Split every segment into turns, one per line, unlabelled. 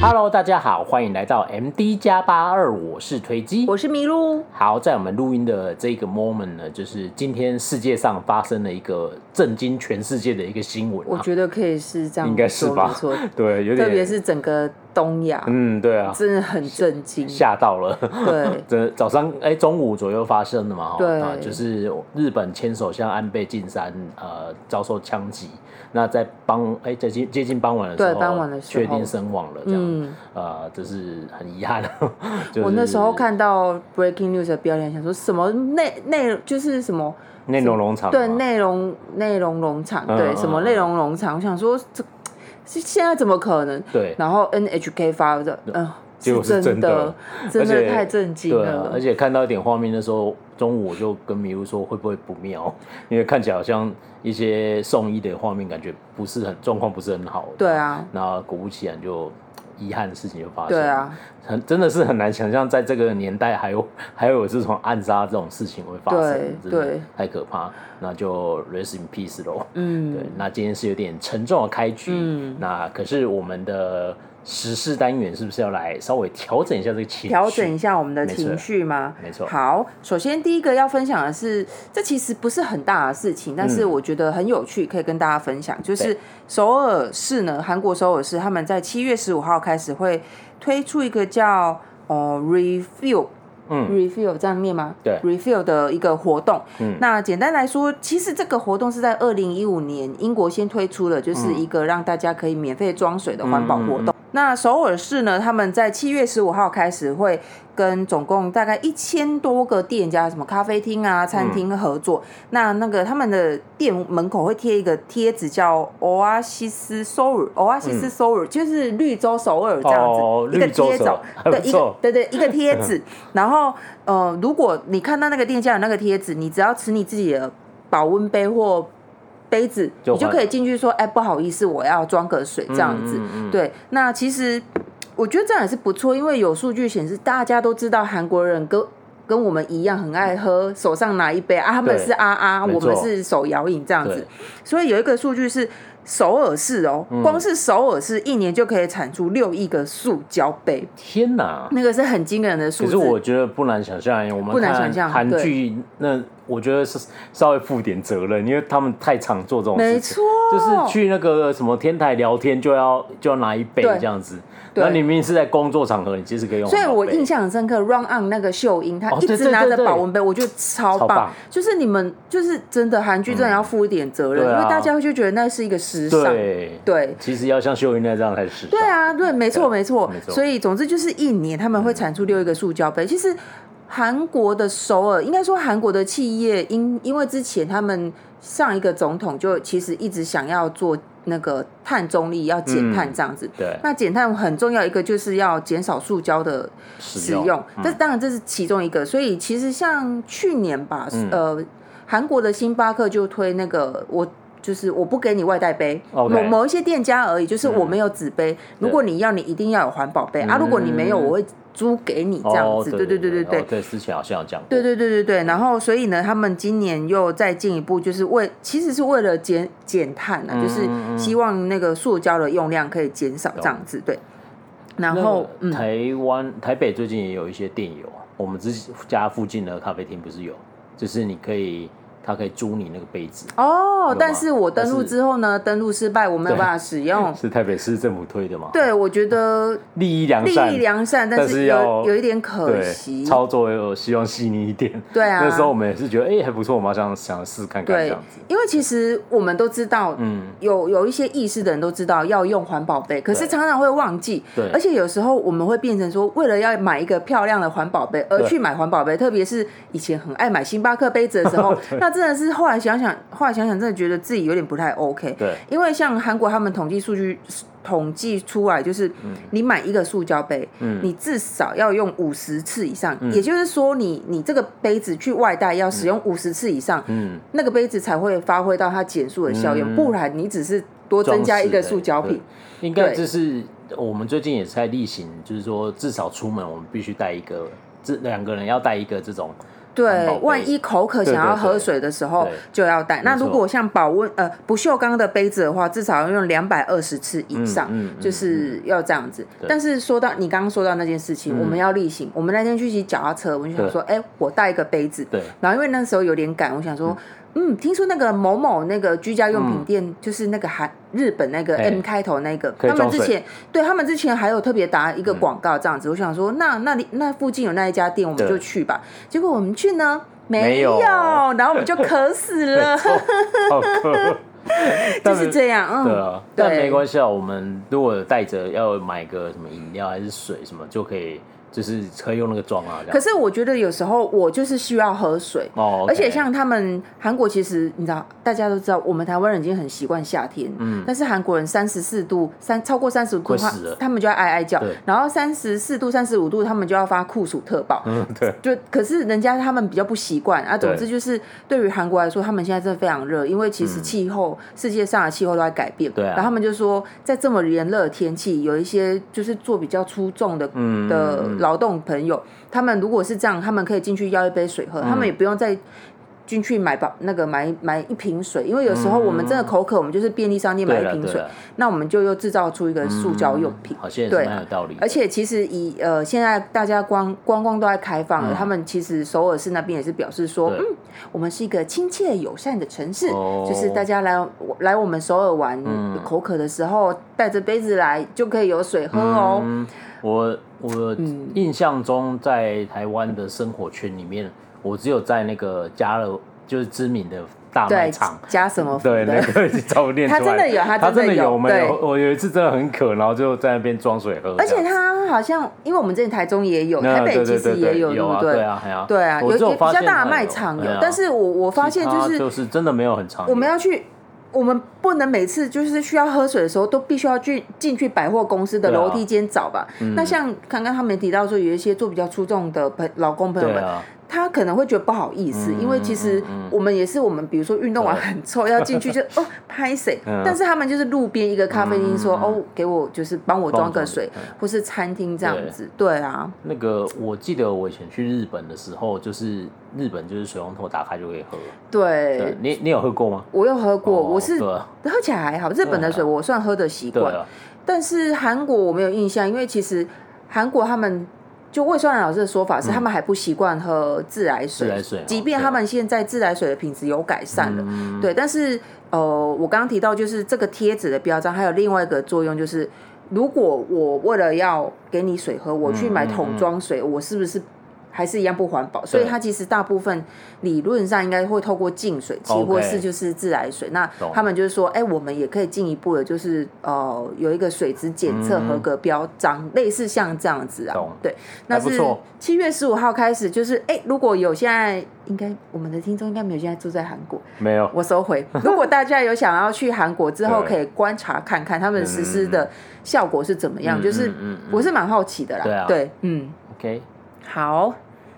Hello，大家好，欢迎来到 MD 加八二，我是推机，
我是麋鹿，
好，在我们录音的这个 moment 呢，就是今天世界上发生了一个震惊全世界的一个新闻、啊，
我觉得可以是这样说，
应该是吧
没错，
对，有点，
特别是整个东亚，
嗯，对啊，
真的很震惊。
吓到了，
对嗯
这早上哎中午左右发生的嘛，哦
对
啊，就是日本前首相安倍晋三呃遭受枪击，那在傍哎接近接近傍晚的时候，
对傍晚的时候嗯
确定身亡了，这样，呃，这是很遗憾， 就是
我那时候看到 breaking news 的标题，想说什么内内就是什么
内容农场嘛
对内容内容农场，
嗯
对
嗯
什么
嗯
内容农场，我想说这是现在怎么可能？
对，
然后 NHK 发的，嗯、
结果是
真的，
而
真
且
的太震惊
对啊
了，
而。且看到一点画面的时候，中午我就跟迷路说会不会不妙， 因为看起来好像一些送医的画面，感觉不是很状况不是很好。
对啊，
那果不其然就遗憾的事情就发生。
对，啊，
很真的是很难想象，在这个年代还有 还有这种暗杀这种事情会发生，
对
真的
对
太可怕。那就 rest in peace 喽。
嗯，
对，那今天是有点沉重的开局，
嗯
那可是我们的时事单元是不是要来稍微调整一下这个情绪？
调整一下我们的
没错
情绪吗？
没错
好，首先第一个要分享的是，这其实不是很大的事情，但是
嗯
我觉得很有趣，可以跟大家分享。就是
对
首尔市呢，韩国首尔市，他们在七月十五号开始会推出一个叫哦 refill。
嗯
refill 这样念吗？
对
，refill 的一个活动。
嗯
那简单来说，其实这个活动是在二零一五年英国先推出了，
嗯
就是一个让大家可以免费装水的环保活动。那首尔市呢，他们在七月十五号开始会跟总共大概一千多个店家，什么咖啡厅啊、餐厅合作。那那个他们的店门口会贴一个贴纸，叫“欧阿西斯首尔”，“欧阿西斯首尔”就是绿洲首尔这样
嗯
子、
哦
一个
绿洲
贴
首尔
纸，
还
对
不
一
错
个对对一个贴 纸。然后呃，如果你看到那个店家有那个贴纸，你只要持你自己的保温杯或杯子，
就
你就
还
可以进去说：“哎，不好意思，我要装个水。”这样子。
嗯嗯嗯
对，那其实我觉得这样也是不错，因为有数据显示，大家都知道韩国人跟跟我们一样很爱喝，手上拿一杯啊，他们
对
是啊啊，
没
我们
错
是手摇饮这样
对嗯
子。所以有一个数据是首尔市哦，光是首尔市一年就可以产出六亿个塑胶杯，
天哪！
那个是很惊人的数
可是
字。
我觉得不难想象，我们
不难
看
想象
韩
对
剧那，我觉得是稍微负点责任，因为他们太常做这种
没
事情，
错，
就是去那个什么天台聊天就要就要拿一杯
对
这样子，
对
那你明明是在工作场合，你其实可以用
所
环
以
保
我
杯。
印象很深刻，Run On 那个秀英，她
哦
一
对
直
对
拿
对
着
对
保温杯，我觉得超
超棒
就是你们，就是真的韩剧真的要负一点责任，
对啊
因为大家就觉得那是一个时尚。
对，
对
其实要像秀英那这样才是。
对，啊，对，没错，没错
没。错
所以总之就是一年他们会产出六一个塑胶杯。其实韩国的首尔，应该说韩国的企业，因因为之前他们上一个总统就其实一直想要做那个碳中立，要减碳
嗯
这样子。
对，
那减碳很重要一个就是要减少塑胶的
使嗯
使
哦
用，这当然这是其中一个。所以其实像去年吧，
嗯
呃，韩国的星巴克就推那个我。就是我不给你外带杯
OK
某某一些店家而已，就是我没有纸杯。如果你要，你一定要有环保杯、啊！如果你没有，
嗯
我会租给你这
哦
样子。
对
对
对
对
对，哦对，之前好像有讲过。
对对对对对，然后所以呢，他们今年又再进一步，就是为其实是为了减减碳
嗯
啊，就是希望那个塑胶的用量可以减少这样子，对。然
那
后
个，
嗯，
台湾台北最近也有一些店有，我们自己家附近的咖啡厅不是有，就是你可以，他可以租你那个杯子，
哦
吗，
但是我登录
但是
之后呢，登录失败，我没有
对
办法使 用。
是台北市政府推的嘛？，
哦对，我觉得
利益良
利
善，
益良善，
但
但
是
是
要
有有一点可
对，
惜。
操作有希望细腻一点。
对啊，
那时候我们也是觉得，哎，还不错，我们好像想试看看这
对
样子。，
因为其实我们都知道，
嗯，
有有一些意识的人都知道要用环保杯，可是
对
常常会忘记。
对
而且有时候我们会变成说，为了要买一个漂亮的环保杯而
对
去买环保杯，特别是以前很爱买星巴克杯子的时 候，那真的是后来想想，后来想想，真的觉得自己有点不太 OK。
对，
因为像韩国他们统计数据统计出来，就是
嗯
你买一个塑胶杯，你至少要用五十次以上，
嗯
也就是说你，你这个杯子去外带要使用五十次以上，
嗯，
那个杯子才会发挥到它减速的效用，
嗯
不然你只是多增加一个
装饰的
塑胶品。。
对应该
对
这是我们最近也是在例行，就是说至少出门我们必须带一个，这两个人要带一个这种环保
对，
杯
万一口渴
对
想要
对
喝
对
水的时候
对
就要带。那
没错
如果像保温呃不锈钢的杯子的话，至少要用两百二十次以上，
嗯嗯嗯嗯
就是要这样子。但是说到你刚刚说到那件事情，我们要例行。我们那天去骑脚踏车，我就想说，哎、我带一个杯子。
对
然后因为那时候有点赶，我想说，嗯，听说那个某某那个居家用
嗯
品店，就是那个韩日本那个
哎
M 开头那个，
以
他们
装
之
水嗯
前对他们之前还有特别打一个广告这样子。我想说，那那里那附近有那一家店，我们
对
就去吧。结果我们去呢。
没有
然后我们就渴死 了，
好渴，
就
但
是这样，嗯，
对啊，但
对
没关系啊。我们如果带着要买个什么饮料还是水什么，就可以就是可以用那个装啊。这样
可是我觉得有时候我就是需要喝水，
哦，OK
而且像他们韩国，其实你知道，大家都知道，我们台湾人已经很习惯夏天，嗯，但是韩国人三十四度三超过三十五度
会
的话
死了，
他们就要哀哀叫
对，
然后三十四度、三十五度，他们就要发酷暑特报。
嗯 对，
就可是人家他们比较不习惯啊，总之就是对于韩国来说，他们现在真的非常热，因为其实气候、世界上的气候都在改变，
嗯对啊
然后他们就说，在这么炎热的天气，有一些就是做比较出众的、
嗯
的劳动朋友，他们如果是这样，他们可以进去要一杯水喝，
嗯
他们也不用再。进去买吧，那个买买一瓶水，因为有时候我们真的口渴，我们就是便利商店
嗯
买
对
一
了
瓶
对嗯
水
了，，
那我们就又制造出一个塑胶用品。
好像也
对
是蛮有道理的。
而且其实以呃，现在大家观观光都在开放了，他们其实首尔市那边也是表示说，
嗯对
嗯，我们是一个亲切友善的城市，
哦嗯
就是大家来来我们首尔玩，口渴的时候带着杯子来就可以有水喝哦。
嗯，我我
嗯
印象中在台湾的生活圈里面，我只有在那个家乐，就是知名的大卖
对
场，，
加什么福
对，那
的？
个 找不念出来，
他真的有他
他真
真的
的
有
有，我们有
对
我有一次真的很渴，然后就在那边装水喝，
而
这
且
样
它好像，因为我们之前台中也有，
那
台北
嗯对
其
对
实
对
也
对
有，
有
对
啊，
不对？
啊，对啊，
对啊，
我
有
只有
有比
发
较
现
大的
它
卖场有
对啊，
但是我我发现就
它
是
就是真的没有很长，
我们要去，我们不能每次就是需要喝水的时候都必须要去进去百货公司的
对啊
楼梯间找吧。那像刚刚他们提到说，有一些做比较出众的朋老公朋友
啊嗯对
们，
啊，嗯
他可能会觉得不好意思，因为其实我们也是我们，比如说运动完
对
很臭要进去就哦拍谁，
啊 嗯
但是他们就是路边一个咖啡厅说哦给我就是帮我装个水
帮我装，嗯
或是餐厅这样
对
子，对啊，
那个我记得我以前去日本的时候，就是日本就是水龙头打开就可以喝，对
对。
你你有喝过吗？
我有喝过，
哦
呃我是
对啊
喝起来还好，日本的水我算喝的习
对
惯，
啊，
但是韩国我没有印象，因为其实韩国他们就魏双兰老师的说法是，他们还不习惯喝自来水，
嗯自来水哦嗯
即便他们现在自来水的品质有改善了，对，但是呃，我刚刚提到就是这个贴纸的标章，还有另外一个作用就是，如果我为了要给你水喝，我去买桶装水，
嗯
我是不是？还是一样不环保，所以它其实大部分理论上应该会透过净水器
OK
或是就是自来水。那
懂
他们就是说，哎、我们也可以进一步的，就是呃，有一个水质检测合格标章，类似像这样子啊
懂。
对，那
还不
是
错
七月十五号开始，就是哎、如果有现在应该我们的听众应该没有现在住在韩国，
没有，
我 收回。如果大家有想要去韩国之后，
对
可以观察看看他们实施的效果是怎么样，
嗯
就
嗯
是、
嗯嗯
我是蛮好奇的啦。
对啊
嗯，
OK，
好。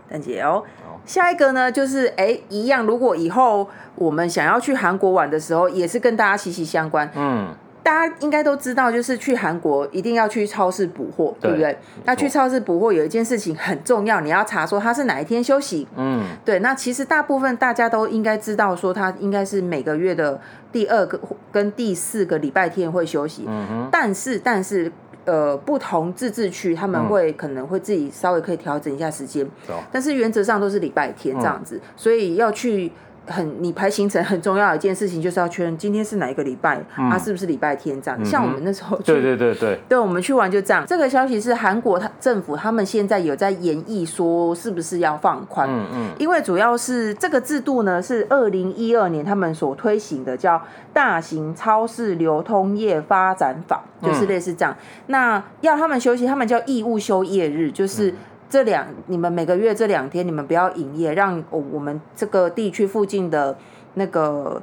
蛋姐哦
好，
下一个呢，就是哎，一样。如果以后我们想要去韩国玩的时候，也是跟大家息息相关。
嗯，
大家应该都知道，就是去韩国一定要去超市补货，对
对
不对？那
错
去超市补货有一件事情很重要，你要查说它是哪一天休息。
嗯，
对，那其实大部分大家都应该知道，说它应该是每个月的第二个跟第四个礼拜天会休息。
嗯
但是，但是。呃，不同自治区他们
嗯
会、可能会自己稍微可以调整一下时间，
懂
但是原则上都是礼拜天
嗯
这样子，所以要去很你排行程很重要的一件事情，就是要确认今天是哪一个礼拜，啊是不是礼拜天这样。像我们那时候去
嗯对对对对，
对，我们去玩就这样。这个消息是韩国他政府他们现在有在研议说是不是要放宽，
嗯嗯，
因为主要是这个制度呢是二零一二年他们所推行的，叫《大型超市流通业发展法》，
嗯
就是类似这样。那要他们休息，他们叫义务休业日，就是。
嗯
这两，你们每个月这两天你们不要营业，让我我们这个地区附近的那个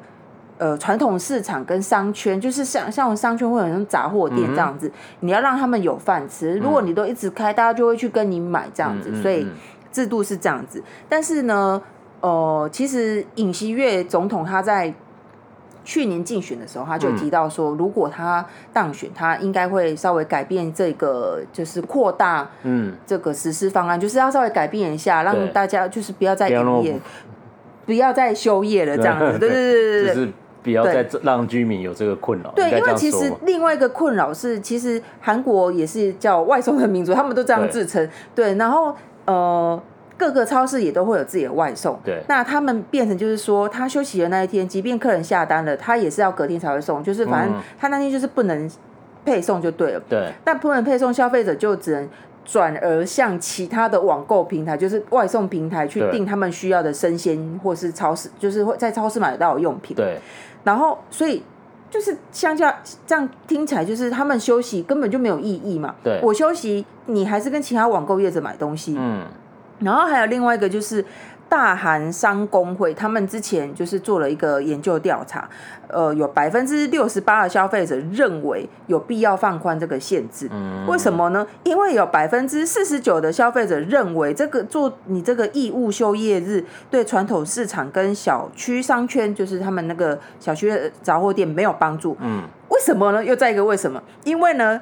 呃传统市场跟商圈，就是像像商圈会有那种杂货
嗯
店这样子，你要让他们有饭吃。如果你都一直开，大家就会去跟你买这样子，
嗯嗯
所以
嗯
制度是这样子。但是呢，呃，其实尹锡月总统他在去年竞选的时候，他
嗯
就提到说，如果他当选，他应该会稍微改变这个，就是扩大
嗯，
这个实施方案，就是要稍微改变一下，让
对
大家就是不要再
不要那
营
么
业，不要再休业了，这样子。对对对
就
对对对。
是不要再让居民有这个困扰。
对，
应该
因
这
为
样
其
说
实
嘛
另外一个困扰是，其实韩国也是叫外送的民族，他们都这样
对
自称。对，然后呃，各个超市也都会有自己的外送。
对
那他们变成就是说，他休息的那一天，即便客人下单了，他也是要隔天才会送，就是反正
嗯
他那天就是不能配送就对了。
对
但不能配送，消费者就只能转而向其他的网购平台，就是外送平台去
对
订他们需要的生鲜或是超市，就是会在超市买得到的用品。
对
然后，所以就是相较这样听起来，就是他们休息根本就没有意义嘛。
对
我休息，你还是跟其他网购业者买东西。
嗯
然后还有另外一个就是大韩商工会，他们之前就是做了一个研究调查，呃，有百分之六十八的消费者认为有必要放宽这个限制。
嗯，
为什么呢？因为有百分之四十九的消费者认为，这个做你这个义务休业日对传统市场跟小区商圈，就是他们那个小区的杂货店没有帮助。
嗯
为什么呢？又再一个为什么？因为呢，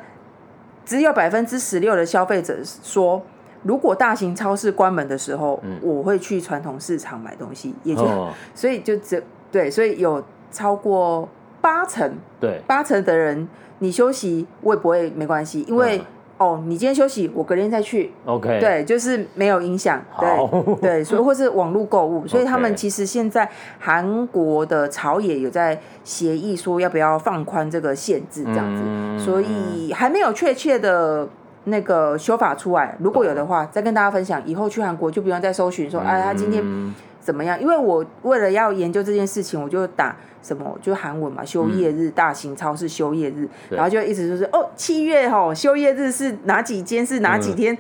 只有百分之十六的消费者说，如果大型超市关门的时候，我会去传统市场买东西，也就、
嗯哦
所以就只对，所以有超过八成
对
八成的人，你休息我也不会没关系，因为、
嗯
哦，你今天休息，我隔天再去，
OK
对，就是没有影响，
好
对对，所以或是网络购物，所以他们
OK
其实现在韩国的朝野有在协议说要不要放宽这个限制这样子，
嗯
所以还没有确切的。那个修法出来，如果有的话，再跟大家分享。以后去韩国就不用再搜寻说，哎，他今天
嗯
怎么样？因为我为了要研究这件事情，我就打什么就韩文嘛，休业日、大型超市休业日，
对
然后就一直就是哦，七月吼休业日是哪几间是哪几天，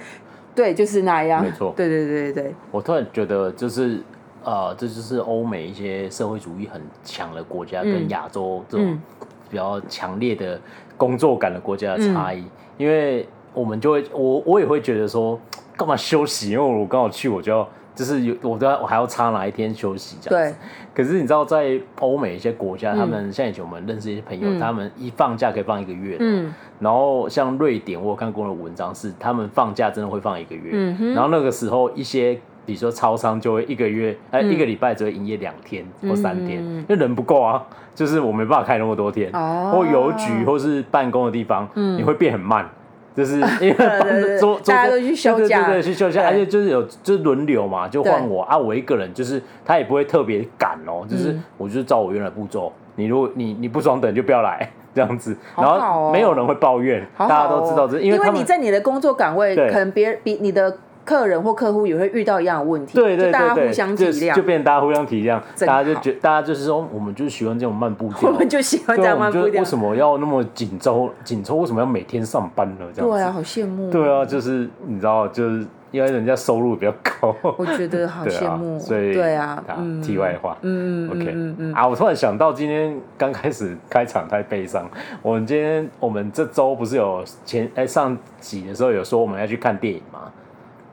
对，就是那样，
嗯没错
对对对对对，
我突然觉得就是。呃，这就是欧美一些社会主义很强的国家跟
嗯
亚洲这种
嗯
比较强烈的工作感的国家的差
嗯
异，因为我们就会，我我也会觉得说，干嘛休息？因为我刚好去，我就要就是有，我都要我还要插哪一天休息这样
对
子。可是你知道，在欧美一些国家，
嗯
他们像以前我们认识一些朋友，
嗯
他们一放假可以放一个月，
嗯
然后像瑞典，我有看过的文章是，他们放假真的会放一个月，
嗯哼
然后那个时候一些。比如说超商就会一个月，哎、
嗯
一个礼拜只会营业两天或三天，
嗯
因为人不够啊，就是我没办法开那么多天。
哦
或邮局或是办公的地方，
嗯
你会变很慢，就是因为
对对
桌桌
大家都去休假
对对对，去休假，
对
而且就是有就是轮流嘛，就
对
换我啊，我一个人就是他也不会特别赶哦，就是
嗯
我就是照我原来步骤，你如果你你不爽等就不要来 这样子，
好
然
好哦
后没有人会抱怨，
好好哦
大家都知道这，
因
为他
你
们。
在你的工作岗位，
对
可能别比你的客人或客户也会遇到一样的问题，
对对
就大家
对对，
互相体
就就
谅，
变大家互相体谅，
真
大家就
好
觉大家就是说，我们就是喜欢这种慢步调，
我们就喜欢这
对啊，
样
我们
慢
就
步
是
调
为，什么要那么紧凑？紧凑为什么要每天上班呢？这样
对
子
啊，好羡慕哦，
对啊，就是你知道，就是因为人家收入比较高，
我觉 得好
对
羡
啊
慕，，
所以
对啊，嗯，
题外话，
嗯嗯
OK
嗯嗯嗯，
啊，我突然想到，今天刚开始开场太悲伤。我们今天，我们这周不是有前哎上集的时候有说我们要去看电影吗？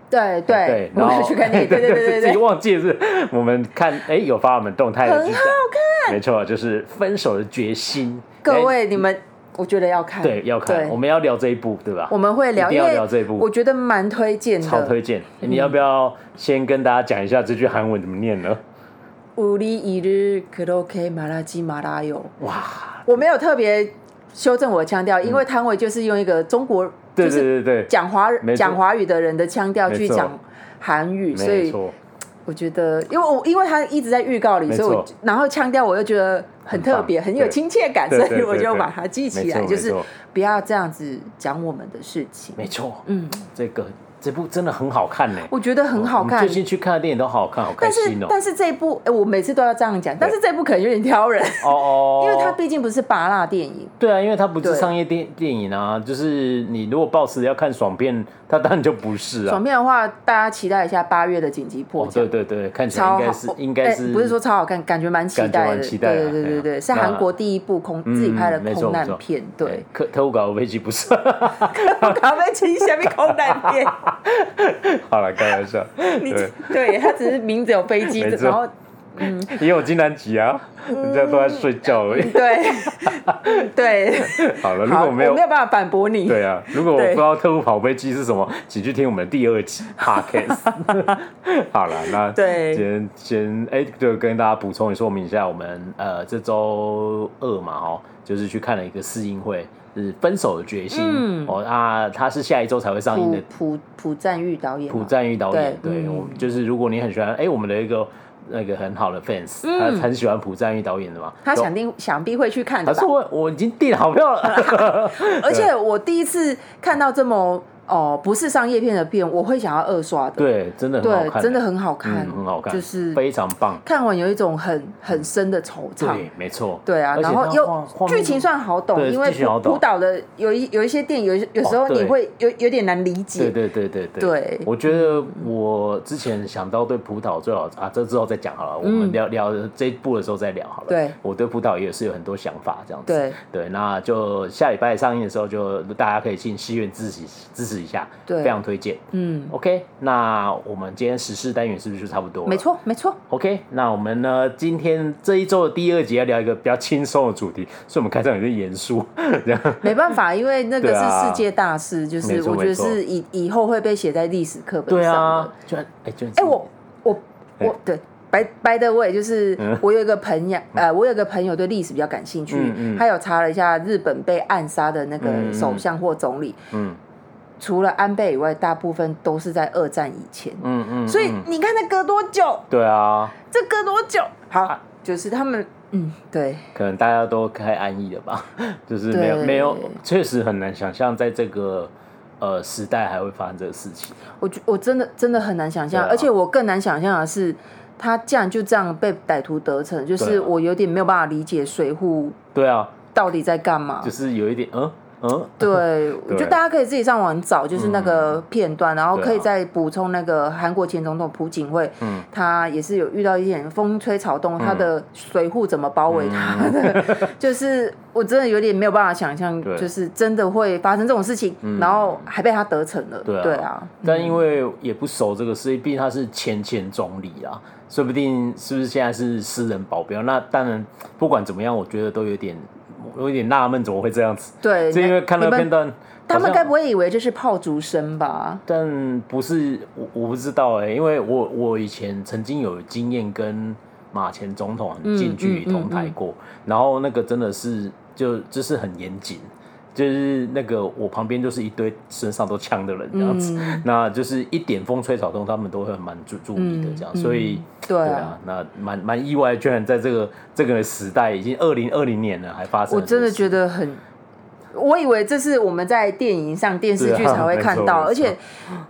对对，我
然
们
后
有去看电影，对
对
对
自
对对
己
对，
忘记了是，我们看哎有发我们动态的，
很
好看，没错，就是《分手的决心》。
各
哎
位你们，我觉得要看，
对要看，
对
我们要聊这一部对吧？
我们会聊，
一定
因
要
为
聊这一部
我觉得蛮推荐
超
的。嗯
推荐。你要不要先跟大家讲一下这句韩文怎么念呢？
우리이르그렇게말하지말아요。
哇，
我没有特别修正我的腔调，因为汤唯就是用一个中国，
对对
就是
对对，
讲华
没错
讲华语的人的腔调去
没错
讲韩语，所
没
以
错，
我觉得，因为我因为他一直在预告里，
没
所
错
以我然后腔调我又觉得很特别，
很棒
很有亲切感，
对
所
对
以我
对
就
对
把它记起
没
来，
错
就是
没错
不要这样子讲我们的事情。
没错，
嗯，
这个这部真的很好看呢，
我觉得很好
我们
看
最。近哦去看的电影都好好看，好开
但是
心哦。
但是这一部，哎，我每次都要这样讲，但是这一部可能有点挑人，
哦哦，
因为它毕竟不是拔蜡电影。
对啊，因为它不是
对
商业电电影啊，就是你如果抱持要看爽片，它当然就不是啊
爽。片的话，大家期待一下八月的紧急迫
哦，对
降。
对对，看起来
超
应该
好
是，
哦
应该
哎
是
不是说超好看，感觉蛮期
感觉
待
蛮
的，
期待的
对对
哎呀
对对，是
那
韩国第一部空自己拍的
嗯没错
空
没错
难片，对，
特特务搞飞机不是？哎
咖啡厅下面空难 片，
好了，开玩笑。
你
对
对他只是名字有飞机，
没错
然后
也有金南吉啊，
嗯
人家都在睡觉而已。
对 对，
好 了，如
嗯好，
果
我
没有
没有办法反驳你。
对啊，如果我
对
不知道特务跑飞机是什么，请去听我们的第二 期 podcast。好了，那
对
今天先哎，就跟大家补充说明一下，我们呃这周二嘛哦，就是去看了一个试映会，是《分手的决心》
嗯哦
哦，那它是下一周才会上映的
朴朴朴赞玉导演嘛，啊
朴赞玉导演，
对
对
嗯
我们就是如果你很喜欢，哎，我们的一个那个很好的 fans，他很喜欢朴赞玉导演的嘛，
嗯他
就
想定想必会去看
他
的吧
说。我我已经订好票 了，
而且我第一次看到这么哦不是商业片的片，我会想要二刷的。
对，真的很好看，
真的很好看，
嗯很好看，
就是
非常棒。
看完有一种很很深的惆怅。
对，没错，
对啊，
而且
然
它
后
画
又
画面
剧情算好懂，
对
因为
剧情好
朴
懂
朴导的有一有一些电影，有一有时候
哦对
你会有有点难理
对
解。
对对对对
对
我觉得我之前想到对葡萄最好啊，这之后再讲好了，我们聊聊这一部的时候再聊好了。
嗯对，
我对葡萄也是有很多想法这样子。
对
对，那就下礼拜上映的时候就大家可以进戏院支持支持一下，
对
非常推荐。
嗯，
OK，那我们今天时事单元是不是就差不多？
没。错没错，
OK，那我们呢？今天这一周的第二集要聊一个比较轻松的主题，所以我们开场有点严肃，这样。
没办法，因为那个
对啊
是世界大事，就
没
是
错
我觉得
没错
是以以后会被写在历史课本
对
上的
啊。，居然哎，居然
哎、我我
哎
我对。白白的我也就是
嗯
我有一个朋友，呃，我有一个朋友对历史比较感兴趣，
嗯嗯
他有查了一下日本被暗杀的那
嗯嗯
个
嗯
首相或总理，
嗯
除了安倍以外，大部分都是在二战以前。
嗯嗯，
所以
嗯
你看这隔多久？
对啊，
这隔多久？好，就是他们，嗯，对，
可能大家都太安逸了吧，就是没有
对
没有，确实很难想象在这个呃时代还会发生这个事情。
我觉我真的真的很难想象，
对啊
而且我更难想象的是，他竟然就这样被歹徒得逞，就
对
是
啊
我有点没有办法理解水户
对啊，
到底在干嘛。
就是有一点嗯嗯，
对，我觉
对
得大家可以自己上网找，就是那个片段，然后
对啊
可以再补充那个韩国前总统朴槿惠，
嗯
他也是有遇到一点风吹草动，他的随扈怎么包围
嗯
他的， 就是我真的有点没有办法想象，
对嗯
就是真的会发生这种事情，然后还被他得逞了，
对啊
对啊，
但因为也不熟这个事，毕竟他是前前总理啊，说不定是不是现在是私人保镖？那当然，不管怎么样，我觉得都有点有点纳闷，怎么会这样子？
对，
是因为看
呃
了
你们
片段，
他们
好像
该不会以为这是炮竹声吧？
但不是我我不知道哎、因为我我以前曾经有经验跟马前总统很近距离同台过，
嗯
然后那个真的是就就是很严谨，就是那个我旁边就是一堆身上都枪的人这样子，
嗯
那就是一点风吹草动他们都会蛮注注意的这样，所以。
嗯对
对啊，那蛮蛮意外，居然在这个这个时代，已经二零二零年了，还发生
我
了这
真
个
的
事。
觉得很，我以为这是我们在电影上、电视剧才会看
对
到，
啊
而
没错
且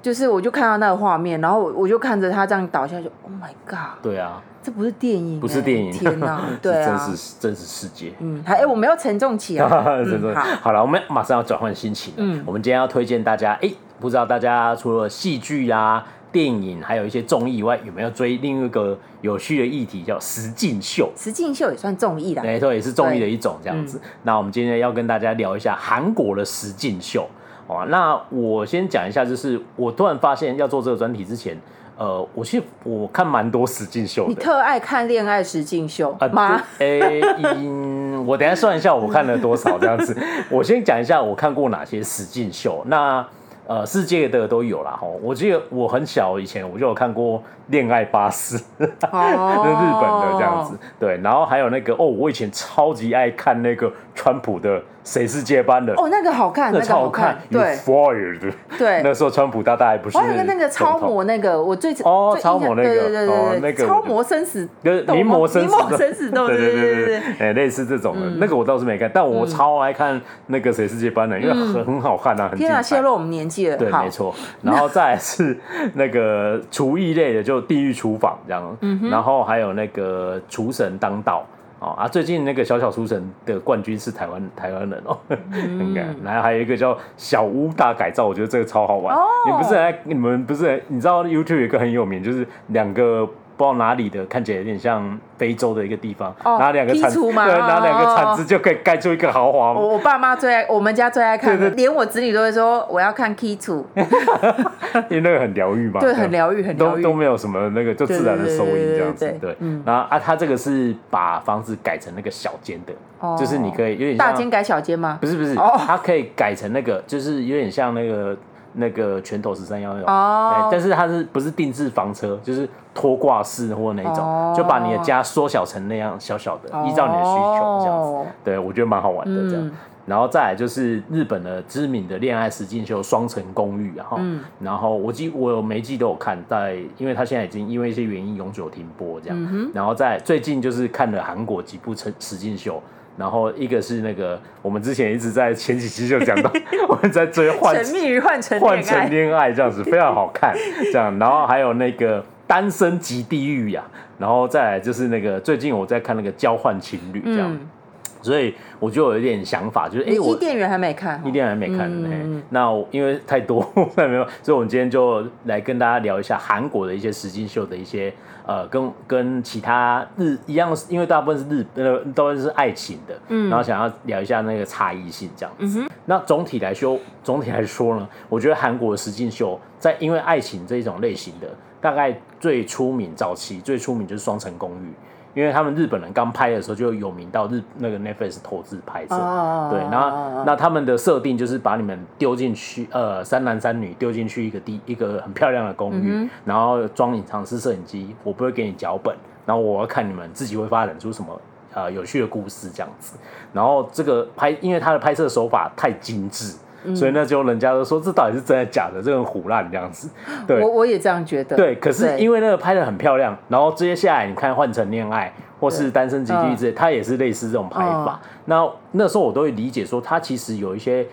就是我就看到那个画面，然后我我就看着他这样倒下去，Oh my god，
对啊，
这不是电影欸、
不是电影，
天哪、
是
对啊
真，实真实世界。
嗯，还哎、我们要沉 重起来，
真
嗯、
的
好，
好了，我们马上要转换心情了。
嗯
我们今天要推荐大家，诶，不知道大家除了戏剧啊、电影，还有一些综艺以外，有没有追另一个有趣的议题叫实境秀？
石进秀也算综艺啦，
没错，也是综艺的一种这样
嗯
子。那我们今天要跟大家聊一下韩国的实境秀哦。那我先讲一下，就是我突然发现要做这个专题之前，呃，我其实我看蛮多实境秀
你
的。
特爱看恋爱石进秀
啊
吗？
对诶、嗯，我等一下算一下我看了多少这样子。我先讲一下我看过哪些实境秀。那呃，世界的都有啦。吼，我记得我很小以前我就有看过《恋爱巴士》，
哦
那 日本的这样子。。对，然后还有那个哦，我以前超级爱看那个川普的《谁是接班人》
哦，那个好看，
那
那
个
个
超好
好
看
看，，对
Fired。
对，
那时候川普大大还不是
我还有个那个超
总统
模那个，我最
哦
最印象
超模那个
对对对对
哦
对
那个我
超
就
模生死
就是
斗
临
吗
摹生
临
死斗，
摹生死斗，
对
对
对
对对。嗯
哎，类似这种的，那个我倒是没看，但我超爱看那个《谁是接班人》，因为很很好看啊，很精
天啊，
彩。
泄露我们年纪了，
对，
好
没，错。然后再来是那个厨艺类的，就《地狱厨房》这样，
嗯
然后还有那个《厨神当道》。哦啊，最近那个小小厨神的冠军是台湾台湾人哦，
嗯
应该、然后还有一个叫小屋大改造，我觉得这个超好玩。
哦
你不是很爱你们不是很你知道 YouTube 有一个很有名，就是两个不知道哪里的，看起来有点像非洲的一个地方，
哦
拿两个铲
剔
子，
除
对，
吗
拿两个
哦
铲子就可以盖出一个豪华
我我爸妈最爱，我们家最爱看的，连我子女都会说我要看 K 图，
因为那个很疗愈嘛，
对，很疗愈，很疗
都
愈
都。没有什么那个，就自然的收音这样子
对对对对对。嗯
对，然后啊，他这个是把房子改成那个小间的，
哦
就是你可以有点
大
像
间改小间吗
啊不？是不是，
哦
它可以改成那个，就是有点像那个那个拳头十三幺那种。
哦
对但是它是不是定制房车，就是拖挂式或那种，
哦
就把你的家缩小成那样小小的，依照你的需求这样子。
哦
对，我觉得蛮好玩的
嗯
这样。然后再来就是日本的知名的恋爱实境秀《双城公寓》啊，哈，
嗯
然后我记我有每一季都有看，在因为它现在已经因为一些原因永久停播这样，
嗯
然后在最近就是看了韩国几部实实境秀。然后一个是那个，我们之前一直在前几期就讲 到，我们在追换
神秘与换乘
换
恋
成
爱，
恋爱这样子非常好看，这样，然后还有那个单身即地狱呀、然后再来就是那个最近我在看那个交换情侣这样，
嗯，
所以我就有一点想法，就是哎、
你
我
伊甸园还没看哦，
一定还没看呢、
嗯
嘿那我因为太多，那没有， 所以我们今天就来跟大家聊一下韩国的一些实境秀的一些呃，跟跟其他日一样，因为大部分是日呃，大部分是爱情的，嗯，然后想要聊一下那个差异性这样
嗯
子。那总体来说，总体来说呢，我觉得韩国的实境秀在因为爱情这一种类型的，大概最出名早期最出名就是《双城公寓》。因为他们日本人刚拍的时候就有名到日那个 Netflix 投资拍摄，
哦
对，那那他们的设定就是把你们丢进去，呃，三男三女丢进去一个地一个很漂亮的公寓，然后装隐藏式摄影机，我不会给你脚本，然后我要看你们自己会发展出什么呃有趣的故事这样子。然后这个拍，因为它的拍摄手法太精致，所以那就人家都说这到底是真的假的，这个很胡乱这样子。对，
我我也这样觉得。
对，可是因
为
为那个拍的很漂亮，然后接下来你看《换成恋爱》或是《单身即地狱》
嗯
之类，它也是类似这种拍法。那那时候我都会理解说，它其实有一些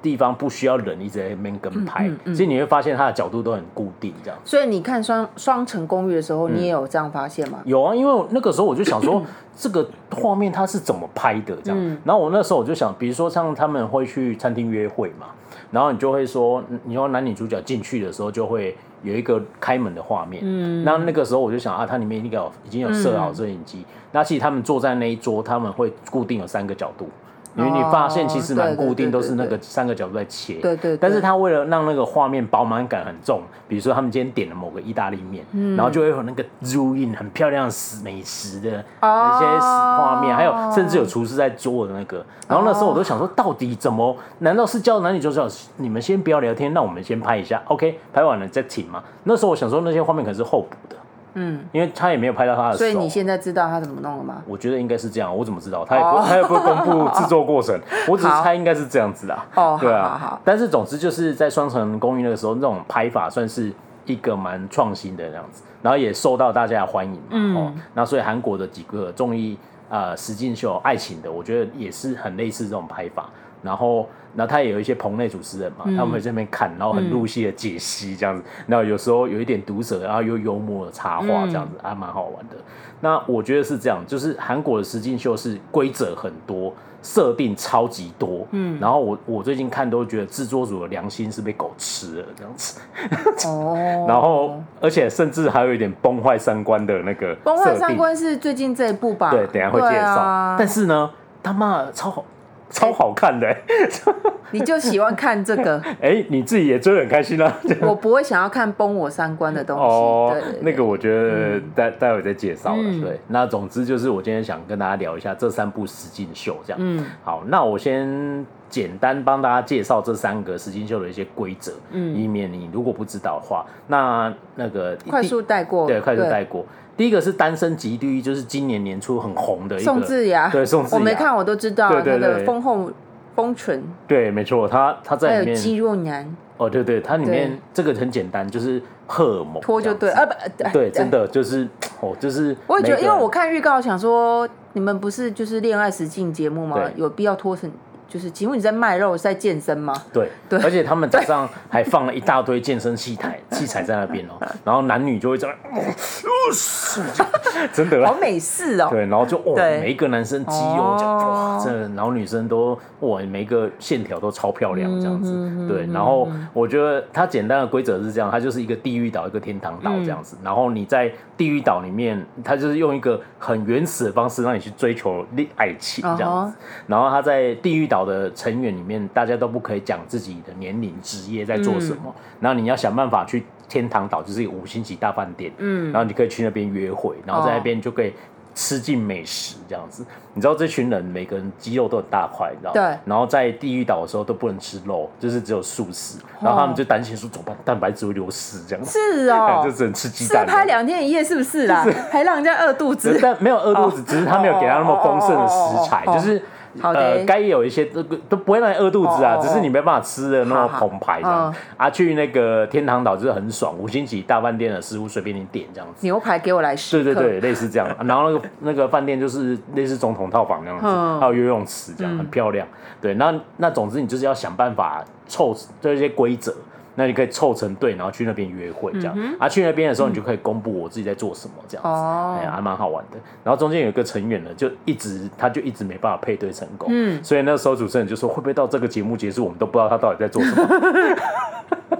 地方不需要人一直在那边跟
嗯
拍，所以你会发现它的角度都很固定这样。
所以你看双双城公寓的时候，你也有这样发现吗？
有啊，因为我那个时候我就想 说，这个画面它是怎么拍的这样。
嗯
然后我那时候我就想，比如说像他们会去餐厅约会嘛，然后你就会说，嗯你说男女主角进去的时候就会有一个开门的画面。嗯，那那个时候我就想啊，它里面应该有已经有设好摄影机。
嗯
那其实他们坐在那一桌，他们会固定有三个角度。因为你发现其实蛮固定，
哦哦对对对
都是那个
对
三个角度在切。
对对对
但是他为了让那个画面饱满感很重，比如说他们今天点了某个意大利面，
嗯
然后就会有那个 zoom in 很漂亮的食美食的
哦
那些食画面，还有甚至有厨师在做的那个。然后那时候我都想说，到底怎么？难道是叫男女主角你们先不要聊天，那我们先拍一下，OK？拍完了再停嘛。那时候我想说那些画面可能是后补的，
嗯，
因为他也没有拍到他的手。
所以你现在知道他怎么弄了吗？
我觉得应该是这样，我怎么知道？他也
哦
不，他也不会公布制作过 程，我只是猜应该是这样子啦。
哦好
对啊，
好好
但是总之就是在双层公寓那个时候，那种拍法算是一个蛮创新的那样子，然后也受到大家的欢迎嘛。
嗯
哦，那所以韩国的几个综艺呃实境秀爱情的，我觉得也是很类似这种拍法。然后，然后他也有一些棚内主持人嘛，
嗯
他们会在那边看，然后很入戏的解析这样子，然后有时候有一点毒舌，然后又幽默的插话
嗯
这样子，还蛮好玩的。那我觉得是这样，就是韩国的实境秀是规则很多，设定超级多，嗯，然后我我最近看都觉得制作组的良心是被狗吃了这样子，
哦，
然后而且甚至还有一点崩坏三观的那个
崩
设
坏
定
三观是最近这一部吧？
对，等一下会介
对
绍。
啊
但是呢，他妈的超好超好看的、欸，
你就喜欢看这 个，
哎、你自己也追得很开心 啊。
我不会想要看崩我三观的东西。
哦
对对，对
那个我觉得待待会再介绍了。
嗯
对，那总之就是我今天想跟大家聊一下这三部实境秀，这样。
嗯，
好，那我先简单帮大家介绍这三个实境秀的一些规则，嗯，以免你如果不知道的话，那那个第
快速带过，
对快速带过。第一个是《单身即地狱》，就是今年年初很红的一个
宋智雅，
对宋智雅，
我没看，我都知道啊
对对
那个
对
丰厚丰唇，
对，没错，他他
还
在里
有
面
肌肉男
哦，对对，它里面
对
这个很简单，就是荷尔蒙
脱就 对，
这样
啊
子
不，呃
对，真。的就是哦，就是
我也觉得，
每
因
个
为我看预告想说，你们不是就是恋爱实境节目吗
对？
有必要脱成就是，请问你在卖肉是在健身吗？
对，
对
而且他们早上还放了一大堆健身器材，器材在那边哦，然后男女就会这样，哦 哦真的
好
啦，
美式哦，
对，哦然后就哦，
对
每一个男生肌肉这样，哇，真的，然后女生都哇，每一个线条都超漂亮这样子，对，然后我觉得它简单的规则是这样，它就是一个地狱岛一个天堂岛这样子，然后你在地狱岛里面，它就是用一个很原始的方式让你去追求恋爱情这样子，然后他在地狱岛的成员里面，大家都不可以讲自己的年龄、职业在做什么，然后你要想办法去天堂岛，就是一个五星级大饭店，嗯，然后你可以去那边约会，然后在那边就可以吃尽美食这样子。你知道这群人每个人肌肉都很大块，你知道吗
对
然后在地狱岛的时候都不能吃肉，就是只有素食，然后他们就担心说怎么办，蛋白质会流失哎这样子，
哦 是
就
哦，
只能吃鸡
是
蛋了。啊
拍两哦天一夜是不是啦？还让人家饿肚子，
但没有饿肚子，只是他没有给他那么丰盛的食材
哦哦哦哦哦，哦
就是。
好的
呃，该有一些都都不会让你饿肚子啊，
哦哦哦
只是你没办法吃的那么
好好
澎湃这样
嗯
啊。去那个天堂岛就是很爽，五星级大饭店的食物随便你点这样子。
牛排给我来
对
十
对
克，
对，类似这样。 然后那个那个饭店就是类似总统套房那样子，
嗯
还有游泳池这样，很漂亮。对，那那总之你就是要想办法凑这些规则，那你可以凑成队，然后去那边约会这样。
嗯
啊，去那边的时候你就可以公布我自己在做什么这样子，
哦
哎、还蛮好玩的。然后中间有一个成员呢，就一直他就一直没办法配对成功，
嗯
所以那时候主持人就说，会不会到这个节目结束，我们都不知道他到底在做什 么？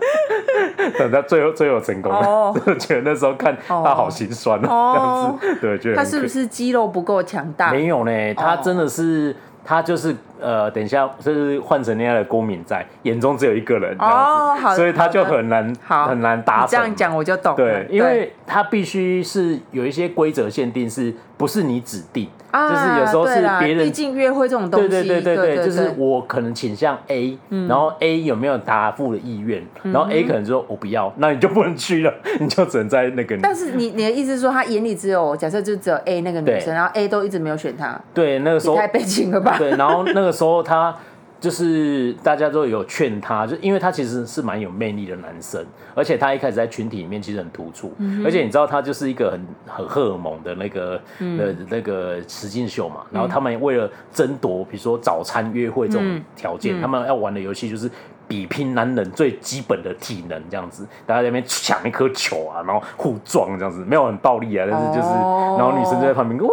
等他最后最后成功了，
哦
觉得那时候看他好心 酸哦。
哦，
这样子，对，觉得
他
很
是啊哦不
可惜
是肌肉不够强大？
没有呢？他真的是。他就是呃，等一下，就是换成那样的郭敏在眼中只有一个人这
哦
样子，
好的
所以他就
好的
很难
好
很难达
你
成。
这样讲我嗯就懂了，
对，因为它必须是有一些规则限定，是不是你指定？
啊
就是有时候是
对啦
别人
毕竟约会这种东西，
对对
对嗯
对对，就是我可能倾向 A，、然后 A 有没有答复的意愿，然后 A 可能就说我不要，那你就不能去了， 你就只能在那个
但是你你的意思是说，他眼里只有假设就只有 A 那个女
对
生，然后 A 都一直没有选他，
对那个时
你
候
太悲情了吧？
对，然后那个时候他就是大家都有劝他，就因为他其实是蛮有魅力的男生，而且他一开始在群体里面其实很突出，而且你知道他就是一个很很荷尔蒙的那个、呃那个实境秀嘛，然后他们为了争夺，比如说早餐约会这种条件，他们要玩的游戏就是。比拼男人最基本的体能，这样子，大家在那边抢一颗球啊，然后互撞这样子，没有很暴力啊，但是就是，
哦
然后女生就在旁边，哦，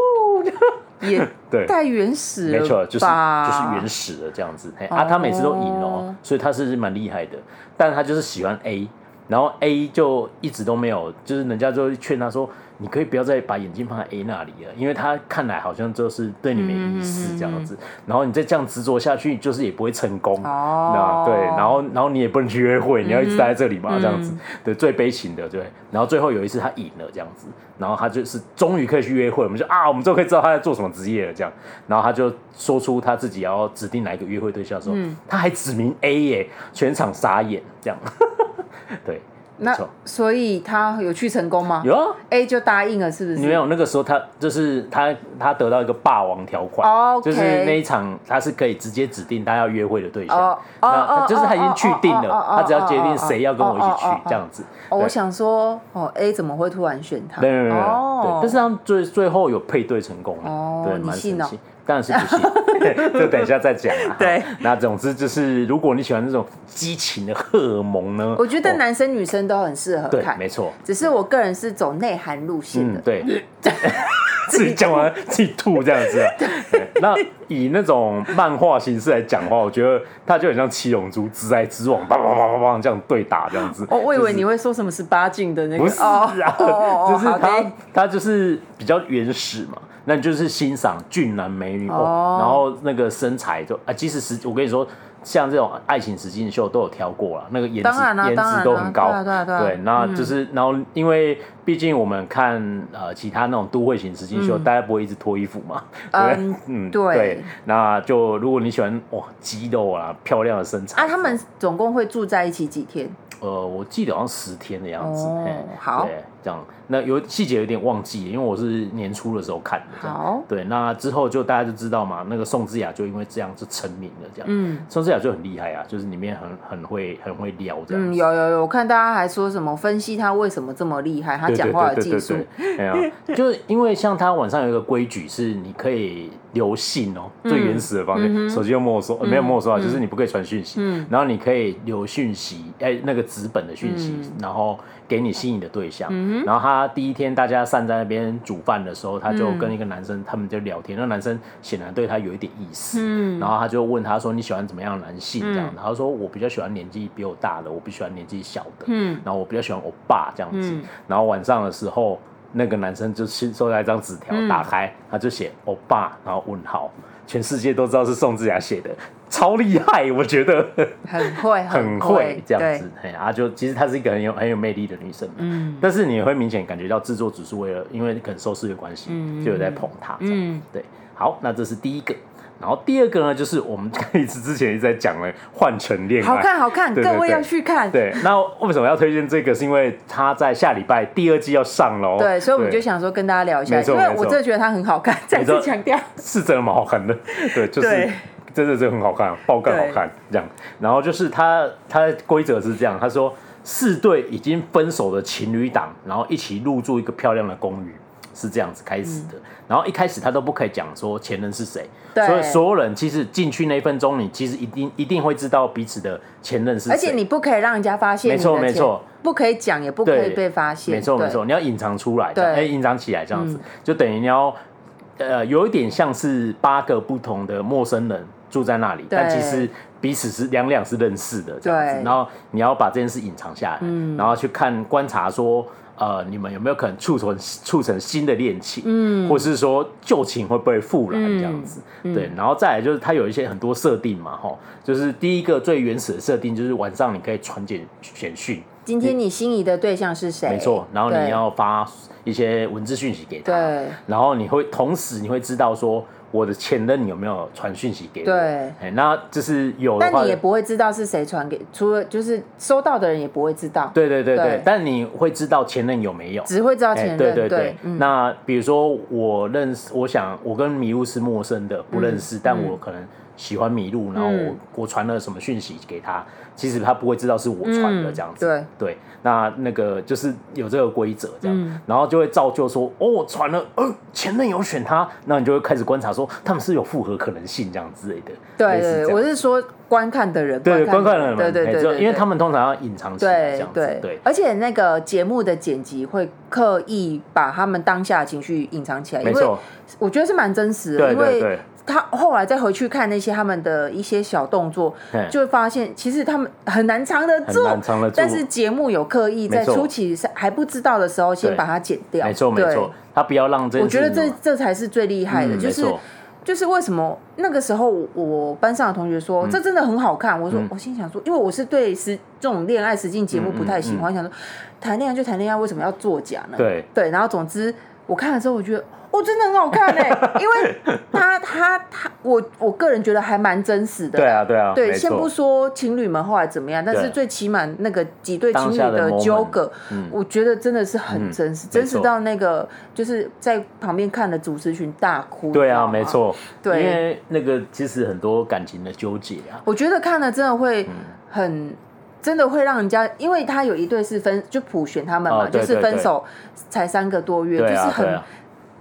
也
对，
太原始了吧，
没错，就是就是原始的这样子。嘿，啊，他每次都赢哦
哦，
所以他是蛮厉害的。但他就是喜欢 A，然后 A 就一直都没有，就是人家就劝他说，你可以不要再把眼睛放在 A 那里了，因为他看来好像就是对你没意思这样子。然后你再这样执着下去，就是也不会成功。
哦
那对，然后然后你也不能去约
嗯
会，你要一直待在这里嘛，这样子，对，最悲情的对。然后最后有一次他赢了这样子，然后他就是终于可以去约会，我们就啊，我们就可以知道他在做什么职业了这样。然后他就说出他自己要指定哪一个约会对象的时候，
嗯
他还指明 A 耶，全场傻眼这样。 对，
那
没错
所以他有去成功吗？
有啊，
A 就答应了，是不
没
是？
有，那个时候他就是他，他得到一个霸王条款
哦 OK
就是那一场他是可以直接指定他要约会的对象
哦
那
哦
他就是他已经确定了
哦哦哦哦哦
他只要决定谁要跟我一起去
哦哦哦哦
这样子。
哦，我
对
想说，哦，A 怎么会突然选他？
没有没有没有没有，对
哦，，
但是他们最最后有配对成功
哦
了，对，
你
蛮
信
神
哦
奇。当然是不信， 就等一下再讲 啊。
对
好，那总之就是，如果你喜欢那种激情的荷尔蒙呢，
我觉得
哦
男生女生都很适合
对，
看
没，错，
只是我个人是走内涵路线
嗯
的，，
对，自己讲完自己吐这样子、啊。对那以那种漫画形式来讲的话，我觉得它就很像七龙珠之爱之网，叭叭叭叭叭这样对打这样子。
哦，我以
就
为
是
你会说什么十八禁的那个，
不是
哦
啊，
哦哦
就
哦
是
好
它
的，
它就是比较原始嘛。那你就是欣赏俊男美女
哦
哦，然后那个身材就啊，即使实我跟你说，像这种爱情实境秀都有挑过了，那个颜值
当然啦
颜
当然
值
啦
都很高，
对啊对啊对啊
对，那就是然后因为毕竟我们看呃其他那种都会型实境秀，大家不会一直脱衣服嘛，
嗯
对，嗯
对
对，那就如果你喜欢哇肌肉啊漂亮的身材
啊，他们总共会住在一起几天？
呃，我记得好像十天的样子。
哦
嘿
好
对这样。那有细节有点忘记，因为我是年初的时候看的。这样
好，
对，那之后就大家就知道嘛，那个宋智雅就因为这样就成名了，这样。
嗯
宋智雅就很厉害啊，就是里面很很会很会聊这样
嗯，
子。
有有有，我看大家还说什么分析他为什么这么厉害，他
对
讲
对
话的
对
技
对
术
对，对，哎 呀，就是因为像他晚上有一个规矩是你可以留信哦，
嗯
最原始的方面，手机用没收，呃没有没收啊，就是你不可以传讯息，
嗯
然后你可以留讯息，哎，那个纸本的讯
嗯
息，然后给你心仪的对象。然后他第一天大家散在那边煮饭的时候，他就跟一个男生他们就聊天，那男生显然对他有一点意思，
嗯
然后他就问他说你喜欢怎么样的男性这样，然后他说我比较喜欢年纪比我大的，我不喜欢年纪小的，
嗯
然后我比较喜欢欧巴这样子。
嗯
然后晚上的时候，那个男生就去收到一张纸条，
嗯
打开他就写欧巴，然后问号，全世界都知道是宋智雅写的，超厉害，我觉得
很会
很
会
会这样子。嘿，啊，就其实她是一个很有很有魅力的女生，
嗯
但是你会明显感觉到制作组是为了因为可能收视的关系，
嗯
就有在捧她。这样
嗯
对，好，那这是第一个。然后第二个呢，就是我们 一直之前一直在讲了《换乘恋爱》，
好看好看，
对对
各位
对
要去 看。
对，那为什么要推荐这个？是因为它在下礼拜第二季要上哦喽。
对，所以我们就想说跟大家聊一下，
没错
因为
没
我
错
真的觉得它很好看，再次
错
强调。
是真的蛮好看的，对，就是
对
真的真的很好看，爆干好看这样。然后就是它它的规则是这样，他说四对已经分手的情侣档，然后一起入住一个漂亮的公寓。是这样子开始
嗯
的，然后一开始他都不可以讲说前任是谁，
对
所以所有人其实进去那一分钟，你其实一定一定会知道彼此的前任是谁，
而且你不可以让人家发现你的
没错
钱
没错，
不可以讲，也不可
对，
以被发现。
没错
对
没错，，你要隐藏出来，这样
对嗯
哎，隐藏起来这样子，就等于你要呃，有一点像是八个不同的陌生人住在那里，但
对
其实彼此是两两是认识的这样子
对，嗯
然后你要把这件事隐藏下来，然后去看观察说。呃，你们有没有可能促成促成新的恋情，嗯，或是说旧情会不会复燃
嗯
这样子？对，然后再来就是它有一些很多设定嘛，吼，就是第一个最原始的设定就是晚上你可以传简简讯，
今天你心仪的对象是谁？
没错，然后
对
你要发一些文字讯息给他，
对
然后你会同时你会知道说我的前任有没有传讯息给我，
对
哎，那就是有的
但
话
你，也不会知道是谁传给，除了就是收到的人也不会知道，
对对对
对
对，但你会知道前任有没有。
只会知道前
哎，
任。
对对对
对，，嗯
那比如说我认识，我想我跟麋鹿是陌生的，不认
嗯
识，但我可能喜欢麋鹿，然后我我传了什么讯息给他，其实他不会知道是我传的
嗯
这样子，
对，
对，那那个就是有这个规则这样，
嗯
然后就会造就说，哦，传了，呃，前任有选他，那你就会开始观察说他们是有复合可能性这样之类的，
对
类似
对
这
对，
样
我是说观看的人，
对对观看
的
人
对对
哎
对
就
对，
因为他
们
们通常要隐藏起来这
对
样子
对，
对。
而且那个节目的剪辑会刻意把他们当下的情绪隐藏起来，因
没
为
错，
我觉得是蛮真实的，
对
因
对
为
对，
他后来再回去看那些他们的一些小动作，
嘿
就会发现其实他们很难藏得
很
住，
难藏得住。
但是节目有刻意在
没错
初期是还不知道的时候先
对
把它剪掉，
没错没
对
错，，他不要让这
我
件
觉
事
得
情
这这才是最厉害的，
嗯
就
没
是
错
就是为什么那个时候我我班上的同学
嗯
说、这真的很好看，我说、我心想说，因为我是对实这种恋爱实境节目
嗯
不太喜欢，想说谈恋爱就谈恋爱，为什么要作假呢？
对
对，然后总之我看了之后，我觉得哦，真的很好看 哎、因为他他他，我我个人觉得还蛮真实的。
对啊对啊，
对，
没
先
错
不说情侣们后来怎么样，但是
对
最起码那个几对情
当
侣
下的
的
moment，
纠葛，
嗯
我觉得真的是很真实，
嗯
真
没
实
错
到那个就是在旁边看的主持群大哭。
对
你知道
啊，
吗
没。错，
对
因为那个其实很多感情的纠结啊，
我觉得看了真的
嗯
会很，真的会让人家，因为他有一对是分就普选他们嘛，
哦对
就是
对
分
对
手才三个多月，
对
就是
啊对
很
啊，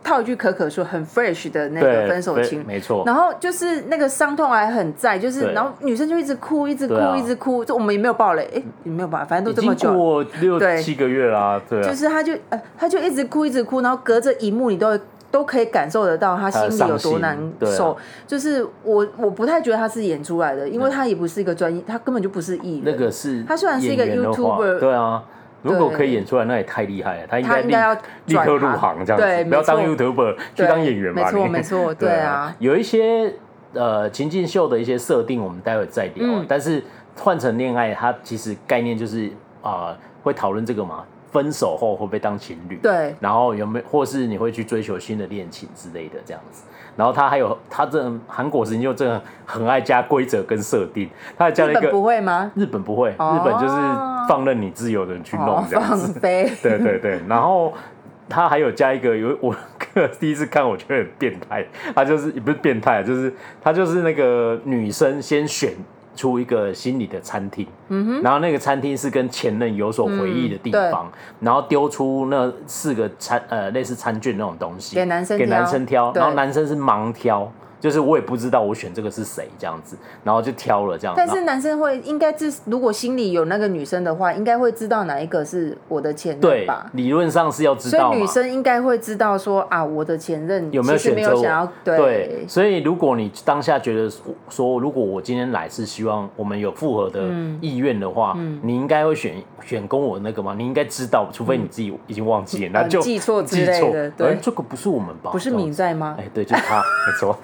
套一句可可说很 fresh 的那
对
个分手
对
情侣。
没错，
然后就是那个伤痛还很在，就是
对
然后女生就一直哭，一直哭，
对啊
一直哭。就我们也没有爆雷，哎，也没有爆，反正
已
都这么
经
久了，
过
对
六七个月啦，对啊
就，是她就呃，她就一直哭，一直哭，然后隔着荧幕你都会都可以感受得到她心里有多难
她的伤心
受。
对啊
就是我我不太觉得她是演出来的，因为她也不是一个专业，她根本就不是艺人。
那个是
他虽然是一个
演员的话
YouTuber
对啊，如果
对
可以演出来，那也太厉害了，他应
他
该
应
立
该要
立
转
刻入
行
行这样
对
子，不要
没错
当 YouTuber 去
对
当演员吧，
没错
你
没 错对啊
有一些呃情境秀的一些设定，我们待会再聊啊
嗯，
呃但是换成恋爱，它其实概念就是啊会讨论这个嘛。分手后会不会当情侣？
对
然后有没有，或是你会去追求新的恋情之类的这样子。然后他还有，他这韩国神就真的很爱加规则跟设定，他还加了
日
一个
本不会吗？
日本不会，
哦
日本就是放任你自由的去弄
哦，
这样
放
子。
飞，
对对对，然后他还有加一个有我第一次看我觉得很变态，他就是也不是变态，啊就是他就是那个女生先选出一个心里的餐厅，嗯哼，然后那个餐厅是跟前任有所回
嗯
忆的地方，然后丢出那四个餐呃类似餐券那种东西
给男生
给男
挑
生挑，
对
然后男生是盲挑。就是我也不知道我选这个是谁这样子，然后就挑了这样。
但
然后
是男生会应该知，如果心里有那个女生的话，应该会知道哪一个是我的前任
对
吧，。
理论上是要知
所
道嘛。
以女生应该会知道说啊，我的前任
有没有
其实
选
没
择
有
我？
想要对
所以如果你当下觉得说说，如果我今天来是希望我们有复合的
嗯
意愿的话，你应该会选选跟我那个吗？你应该知道，除非你自己已经忘记，那、就
呃记错之
记
类
错
的对
哎这个不是我们吧？
不是
这样
敏
子。
在吗？
哎，对，就是他，没错。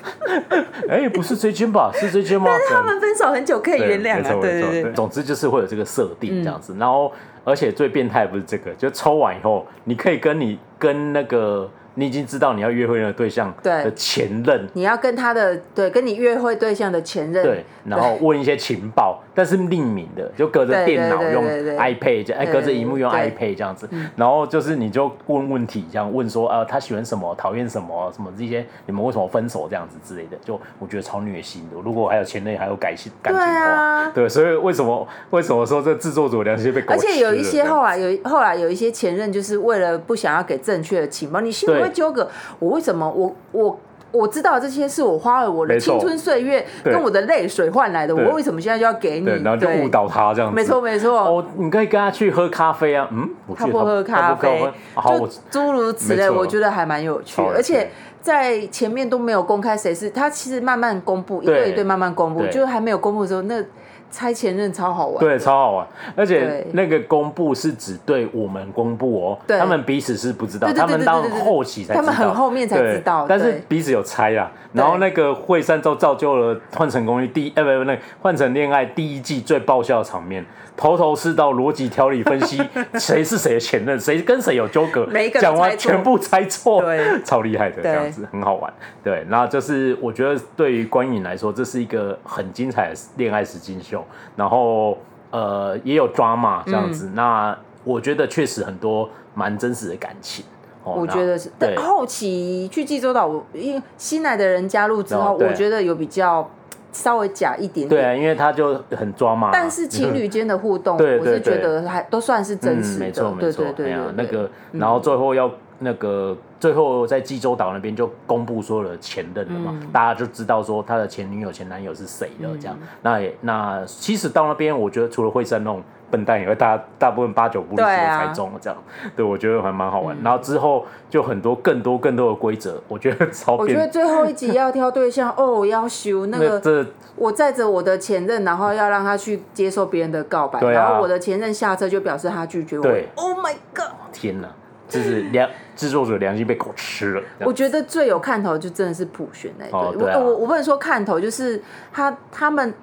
哎，不是追间吧？是追 间吗？这样
他们分手很久可以
对
原谅
没
啊，
错
对嗯
没错
对对，
总之就是会有这个设定这样子，然后而且最变态不是这个，就抽完以后，你可以跟你跟那个你已经知道你要约会的对象
对
的前任。
你要跟他的对跟你约会对象的前任
对，然后问一些情报，但是匿名的，就隔着电脑
对对对
用
对对
iPad，这样哎，
对
隔着荧幕用
对嗯
iPad 这样子，然后就是你就问问题，这样问说，呃，他喜欢什么，讨厌什么，什么这些，你们为什么分手这样子之类的，就我觉得超虐心的。如果我还有前任，还有感情感
对
情的话，
啊。
对，所以为什么为什么说这制作组良心被狗
而且有
吃
一
了
些
呢
后来有后来有一些前任，就是为了不想要给正确的情报，你心里
对
会纠葛：我为什么我我我知道这些是我花了我的
没错
青春岁月
对
跟我的泪水换来的，
对
我为什么现在就要给你？
对，然后就
嗯对
误导他这样子。
没错没错，
哦，你可以跟他去喝咖啡啊，嗯，我记
他
得
不喝
他
咖
不喝
啡
咖，好，
就
我
诸如此类，
没错
我觉得还蛮有趣
超有
的，
趣
而且。在前面都没有公开谁是，他其实慢慢公布，一
对
对一对慢慢公布，
对
就是还没有公布的时候，那猜前任超好玩。
对超好玩，而且
对
那个公布是只对我们公布哦，
对
他们彼此是不知道，
对对对
他们到
对对对对
后期才知
他
道，
们很后面才
对
知道
但是
对
彼此有猜啊。然后那个惠善就造就了《换成公寓》第一，哎不不，那个《换成恋爱》第一季最爆笑的场面，头头是道，逻辑条理分 析，谁是谁的前任，谁跟谁有纠葛，
每一个都
讲完
猜错
全部猜错，
对
超厉害的这
对
样子，很好玩。对，然后就是我觉得对于观影来说，这是一个很精彩的恋爱实境秀，然后呃也有 drama 这样子。
嗯
那我觉得确实很多蛮真实的感情。哦
我
那
觉得是，但
对
后期去济州岛，我因为新来的人加入之后，
哦对
我觉得有比较稍微假一点
对啊，
点，
因为他就很 drama 啊。
但是情侣间的互 动，
对
我是
对
觉
对
得还都算是真实
嗯、没
的
错，没
对
错
对，对
哎呀
对，嗯
那个，然后最后要那个，最后在济州岛那边就公布所有的前任了嘛，
嗯
大家就知道说他的前女友、前男友是谁了，这样。那也那其实到那边，我觉得除了会山那种笨蛋以外，大大部分八九不离十
对
都
啊嗯
猜中了，这样。对，我觉得还蛮好玩。然后之后就很多更多更多的规则，我觉得超
我觉得
变。
最后一集要挑对象哦，要修 那个
这
我载着我的前任，然后要让他去接受别人的告白，
对啊
然后我的前任下车就表示他拒绝我。
对
Oh my god！
天哪，就是良制作者良心被狗吃了。这样
我觉得最有看头就真的是普璇那一对，
哦对啊
我我我不能说看头，就是他他们。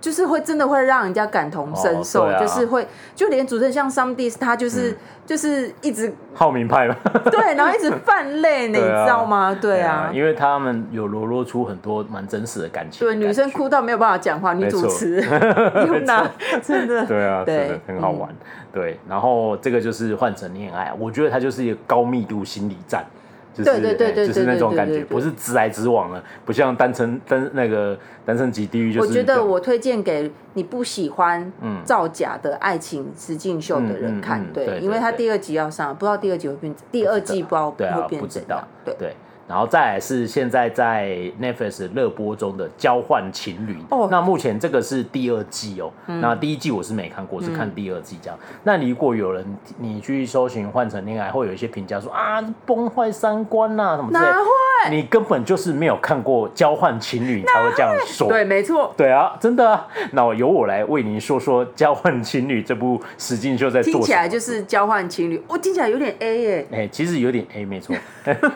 就是会真的会让人家感同身受，
哦对啊嗯
就是会就连主持人像 s o m e d a y 他就是、就是一直
浩明派吗？
对，然后一直泛泪 呢，
对啊
你知道吗？对啊，
因为他们有裸露出很多蛮真实的感情，
对，女生，哭到没有办法讲话，女
没错
主持 天哪，真的
对啊，
对嗯
真的很好玩，对。然后这个就是换成恋爱，我觉得它就是一个高密度心理战，就是
对对对对
就是那种感
对
觉，
对对对
不是直来直往了，不像单程单那个单身级地狱，就是
我觉得
这种
我推荐给你不喜欢
嗯
造假的爱情实境秀的人看，
嗯嗯嗯对
对，
对
因为他
对
第二集要上，不知道第二集会变，第二季不知道
对啊
会
不
变
知
怎
道
样，对。
对。然后再来是现在在 Netflix 热播中的《交换情侣》
哦嗯
那目前这个是第二季哦。那第一季我是没看过，是看第二季这样。那如果有人你去搜寻《换成恋爱》，会有一些评价说啊崩坏三观呐、什么之类
哪
的，你根本就是没有看过《交换情侣》，你才会这样说。
对，没错，
对啊，真的啊。那我由我来为您说说《交换情侣》这部实境秀在做什
听
么。
起来就是交换情侣，我、听起来有点 A 耶、
哎、其实有点 A 没错，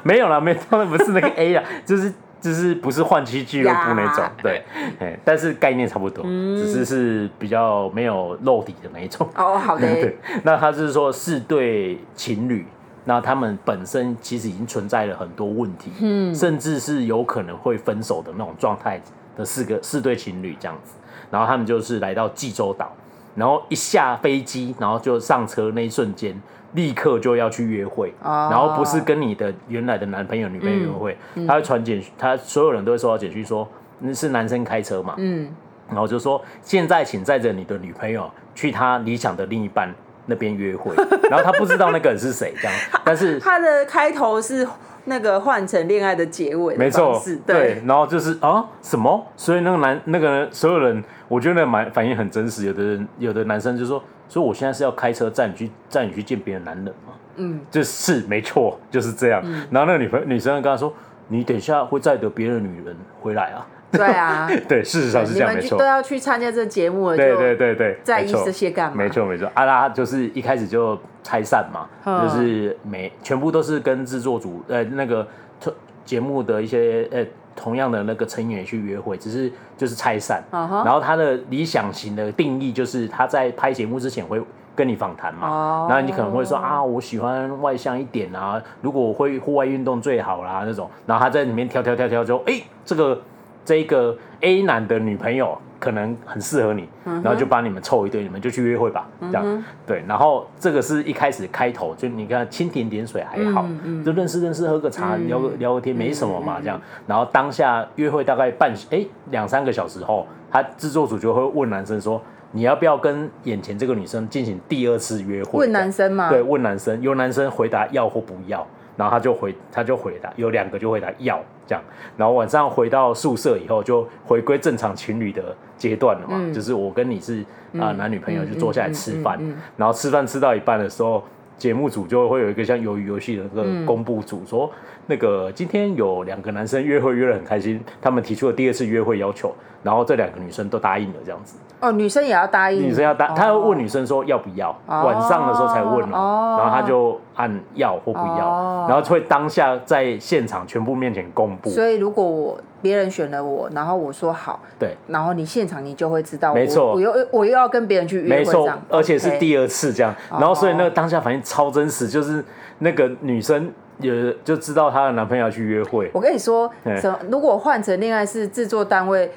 没有啦，没他们不是那个 A 啦，就是就是不是换妻俱乐部那种
呀，
对，哎，但是概念差不多，只是是比较没有露底的那一种。
哦，好的，
对，那他是说是对情侣，那他们本身其实已经存在了很多问题，嗯，甚至是有可能会分手的那种状态的四个四对情侣这样子，然后他们就是来到济州岛，然后一下飞机，然后就上车那一瞬间。立刻就要去约会，
哦嗯
然后不是跟你的原来的男朋友、女朋友约会，他会传简讯，他所有人都会收到简讯说，嗯是男生开车嘛，
嗯，
然后就说现在请载着你的女朋友去她理想的另一半那边约会，然后他不知道那个人是谁，这样，但 是
它的开头是那个换成恋爱的结尾
没
的方
错
式，，
对，，然后就是啊什么，所以那个男那个人所有人，我觉得蛮反应很真实，有的人有的男生就说，所以我现在是要开车载你去载你去见别的男人吗？
嗯，
就是没错，就是这样。然后那个女朋女生跟他说，你等一下会载得别的女人回来啊，
对 啊，
对，事实上是
你
这样，没
们就
错
都。要去参加这节目了，
对
就
对对对，
在意
没错
这些干嘛
没错没错，阿拉就是一开始就拆散嘛，
嗯
就是每全部都是跟制作组呃那个特节目的一些呃同样的那个成员去约会，只是就是拆散。
嗯哼
然后他的理想型的定义就是他在拍节目之前会。跟你访谈嘛，
哦
然后你可能会说啊，我喜欢外向一点啊，如果我会户外运动最好啦那种，然后他在里面挑挑挑挑，就哎、这个这一个 A 男的女朋友可能很适合你，然后就把你们凑一堆，你们就去约会吧，这样、对。然后这个是一开始开头，就你看蜻蜓点水还好，就认识认识，喝个茶，聊个聊个天，没什么嘛，这样。
嗯
然后当下约会大概半哎两三个小时后，他制作组就会问男生说。你要不要跟眼前这个女生进行第二次约会？
问男生嘛，
对，问男生，有男生回答要或不要，然后他就回，他就回答，有两个就回答要这样，然后晚上回到宿舍以后，就回归正常情侣的阶段了嘛，就是我跟你是啊、男女朋友，就坐下来吃饭，然后吃饭吃到一半的时候。节目组就会有一个像鱿鱼游戏的那个公布组说，那个今天有两个男生约会约得很开心，他们提出了第二次约会要求，然后这两个女生都答应了这样子。
哦，女生也要答应，
女生要答，他会问女生说要不要，
哦
晚上的时候才问
哦
哦，然后他就按要或不
哦
要，然后会当下在现场全部面前公布，
所以如果我别人选了我，然后我说好，
对，
然后你现场你就会知道，
没错
我我又我又要跟别人去约
没
会这
错
样，，
而且是
OK
第二次这样，然后所以那个当下反应超真实，就是那个女生也就知道她的男朋友要去约会，
我跟你说，
嘿
什么如果换成恋爱是制作单位。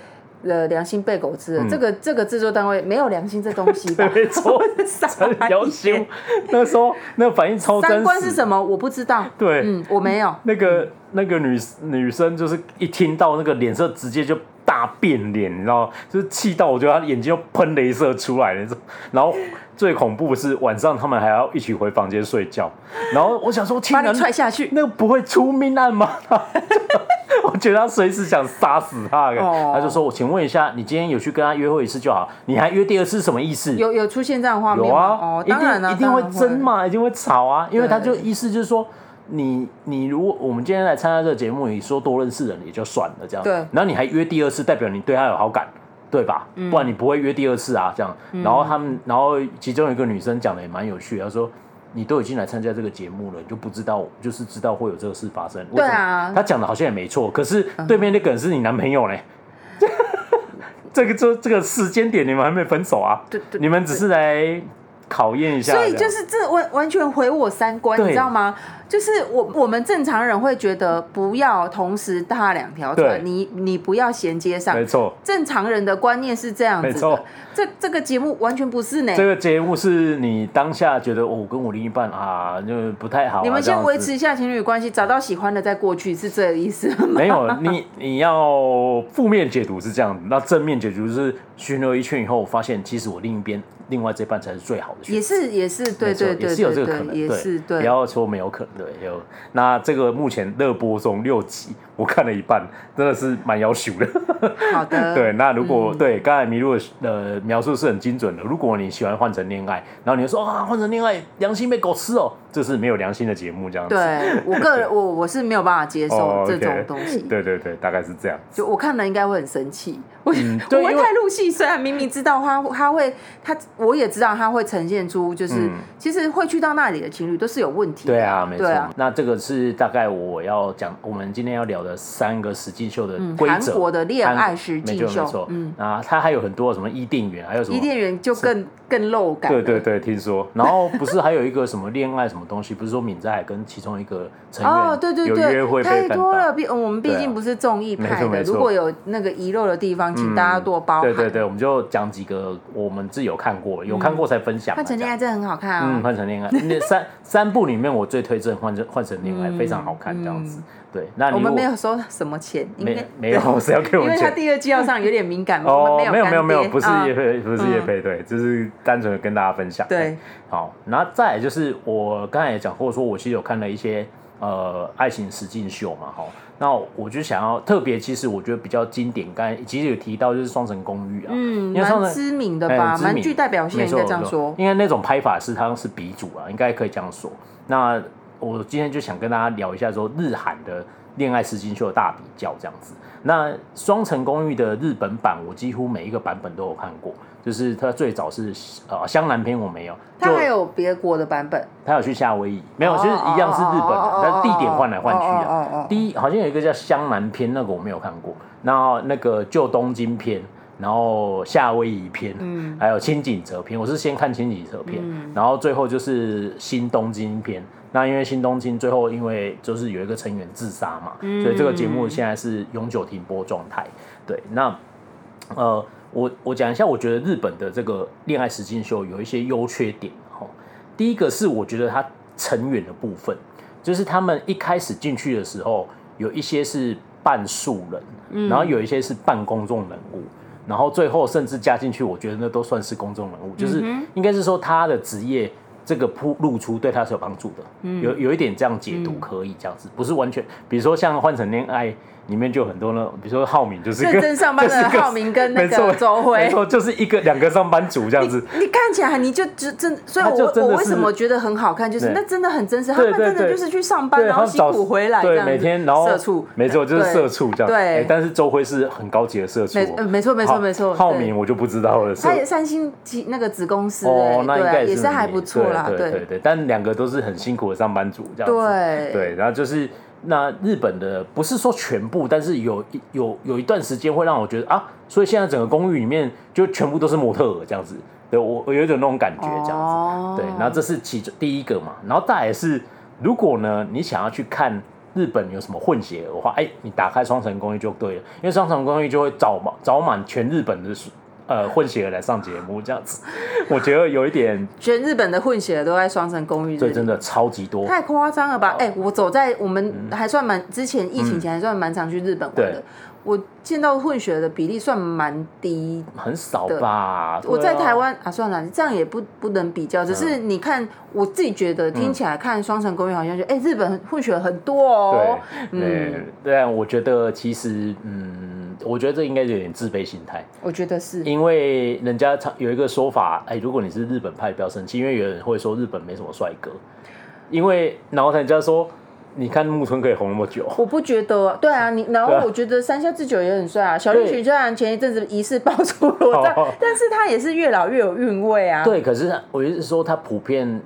呃，良心被狗吃
嗯
了，这个这个制作单位没有良心这东西 吧？
没错
傻
很
眼
要求，那时候那反应超
三
真
观是
实，
什么？我不知道。
对，
嗯，我没有。
那个那个女女生就是一听到那个脸色直接就大变脸，你知道吗，就是气到我觉得她眼睛又喷镭射出来了。你知道然后最恐怖的是晚上他们还要一起回房间睡觉，然后我想说，
把
天
你
哪，
踹下去，
那个不会出命案吗？ 我觉得他随时想杀死他的，
哦
他就说：“我请问一下，你今天有去跟他约会一次就好，你还约第二次什么意思？”
有有出现这样的画面
有
吗？
啊，
哦，
一
当然了、
定一定
当
会
然
争嘛，一定会吵啊，因为他
对
就意思就是说，你你如果我们今天来参加这个节目，你说多认识人也就算了这样，
对
然后你还约第二次，代表你对他有好感。对吧？
嗯
不然你不会约第二次啊，这样。然后他们，然后其中有一个女生讲的也蛮有趣的，她说：“你都已经来参加这个节目了，你就不知道，就是知道会有这个事发生。为什么”
对啊嗯
她讲的好像也没错，可是对面那个人是你男朋友嘞。这个这这个时间点你们还没分手啊？
对对
你们只是来考验一下这
所
样，
以就是这完完全毁我三观，
对
你知道吗？就是我我们正常人会觉得不要同时踏两条船
对，
你你不要衔接上
没。错。
正常人的观念是这样子
没
的
错，
这这个节目完全不是呢。
这个节目是你当下觉得、哦、我跟我另一半啊，就不太好啊、
你们
这样
先
子
维持一下情侣关系，找到喜欢的再过去，是这个意思 吗？
没有，你你要负面解读是这样，那正面解读是巡逻一圈以后，我发现其实我另一边另外这半才是最好的选择
也是也是，对
没错
对对
也是有这
对
个可
对，
能，
也是
不
对。
要说没有可能，对，有。那这个目前热播中六集，我看了一半，真的是蛮要求的。
好 的，
对，那如果、
嗯
对刚才麋鹿的呃描述是很精准的，如果你喜欢换成恋爱，然后你就说啊换成恋爱良心被狗吃哦，这是没有良心的节目这样子。
对我个人我我是没有办法接
哦
受这
，OK
种东西。
对对对，大概是这样。
就我看了应该会很生 气，我、
嗯对
我会
因为
太入戏。虽然明明知道他他会他，我也知道他会呈现出就是、
嗯
其实会去到那里的情侣都是有问题的。
对啊，没错。
对啊
那这个是大概我要讲，我们今天要聊的三个实境秀的
嗯
规
韩
则，
国的恋
韩
爱实境
没错
秀
没错，
嗯
啊，它还有很多什么伊甸园，还有什么
伊甸园就更更露感了，
对对对，听说。然后不是还有一个什么恋爱什么东西？不是说敏在海跟其中一个成员
哦，对对
有约会
对，
被
太
干
多
倒
了，毕我们毕
对啊
竟不是综艺
没
派
错
的，
没错
如果有那个遗漏的地方，请大家多包涵。
对对对，我们就讲几个我们自己有看过，有看过才分享嘛。
嗯换成恋爱
这样，
真的很好看
嗯，
啊，
换成 恋爱，那三三部里面我最推荐《换成换成恋爱》，非常好看这样子。对，那你
嗯我
如
们
果
没有收什么钱，应该
没没有谁要给我
因为
们
他
钱？
第二季要上有点敏感，
哦
我，们
没有
有
没有没有，
干爹
不是
啊
叶配，不是叶
嗯
配，对，就是单纯的跟大家分享。
对，
好，然后再来就是我刚才也讲过，说我其实有看了一些呃爱情实境秀嘛，哈，那我就想要特别，其实我觉得比较经典，刚才其实有提到就是《双城公寓》啊，
嗯，
因为双
蛮
城。
知名的
哎
吧，
知
蛮
名
具代表性，
没
应
错
该这样
没错
说。
因为那种拍法是他是鼻祖啊，应该可以这样说。那我今天就想跟大家聊一下说日韩的恋爱实境秀的大比较这样子。那《双城公寓》的日本版，我几乎每一个版本都有看过，就是它最早是呃湘南篇我没有，
他
就
还有别国的版本，
他有去夏威夷，没有，
哦
就是一样是日本
哦
的
哦，
但是地点换来换去
哦哦哦
啊
哦。
第一好像有一个叫湘南篇，那个我没有看过，然后那个旧东京篇，然后夏威夷篇，
嗯
还有千景泽篇，我是先看千景泽篇，然后最后就是新东京篇。那因为新东京最后因为就是有一个成员自杀嘛，
嗯
所以这个节目现在是永久停播状态。对，那呃，我我讲一下，我觉得日本的这个恋爱实境秀有一些优缺点哈。第一个是我觉得它成员的部分，就是他们一开始进去的时候，有一些是半素人，
嗯
然后有一些是半公众人物。然后最后甚至加进去，我觉得那都算是公众人物，就是
嗯
应该是说他的职业这个铺露出对他是有帮助的，
嗯
有有一点这样解读可以这样子，不是完全，比如说像《换成恋爱》里面就有很多那种，比如说浩敏就是一个
认真上班 的
就是一个
浩明跟那个
没错
周辉
没错，就是一个两个上班族这样子，
你看起来你就真真，所以
他就
我
真的
我为
是
什么觉得很好看，就是
对
那真的很真实，他
对
们真的
对对
就是去上班，
对
然
他
后
们
辛
早
苦回来，这
对，
样子
每天然后
社畜，
没错，就是
对
社畜这样。
对
哎但是周辉是很高级的社畜哦
没，呃没错没错
好
没错
浩
对
明我就不知道了，是
他也三星集那个子公司
哦
哎，，
那应
对啊，
该
也
是
是还不错啦，
对对对，但两个都是很辛苦的上班族这样子。
对
对，然后就是那日本的不是说全部，但是有一有有一段时间会让我觉得啊，所以现在整个公寓里面就全部都是模特儿这样子，对我我有一种那种感觉这样子。
哦
对，然后这是其中第一个嘛，然后再来是，如果呢你想要去看日本有什么混血儿的话，哎，你打开双城公寓就对了，因为双城公寓就会找满找满全日本的呃混血儿来上节目这样 子，我觉得有一点
全日本的混血都在双城公寓这
对，
里，
真的哦超级多，
太夸张了吧？哎、我走在我们
嗯
还算蛮之前疫情前还算蛮常去日本玩的，
对
我见到混血的比例算蛮低。
很少吧？
我在
对啊嗯
台湾啊，算了，这样也不不能比较。只是你看，我自己觉得听起来看《双城公寓》好像就，哎、日本混血很多哦。
嗯对，嗯，但我觉得其实嗯，我觉得这应该有点自卑心态。
我觉得是，
因为人家常有一个说法，哎，如果你是日本派，不要生气，因为有人会说日本没什么帅哥，因为然后人家说，你看木村可以红那么 久，
我不觉得啊。对啊，你然后
对啊
我觉得山下智久也很帅啊。小栗旬虽然前一阵子疑似爆出裸照
哦，
但是他也是越老越有韵味啊。
对，可是我就是说他普遍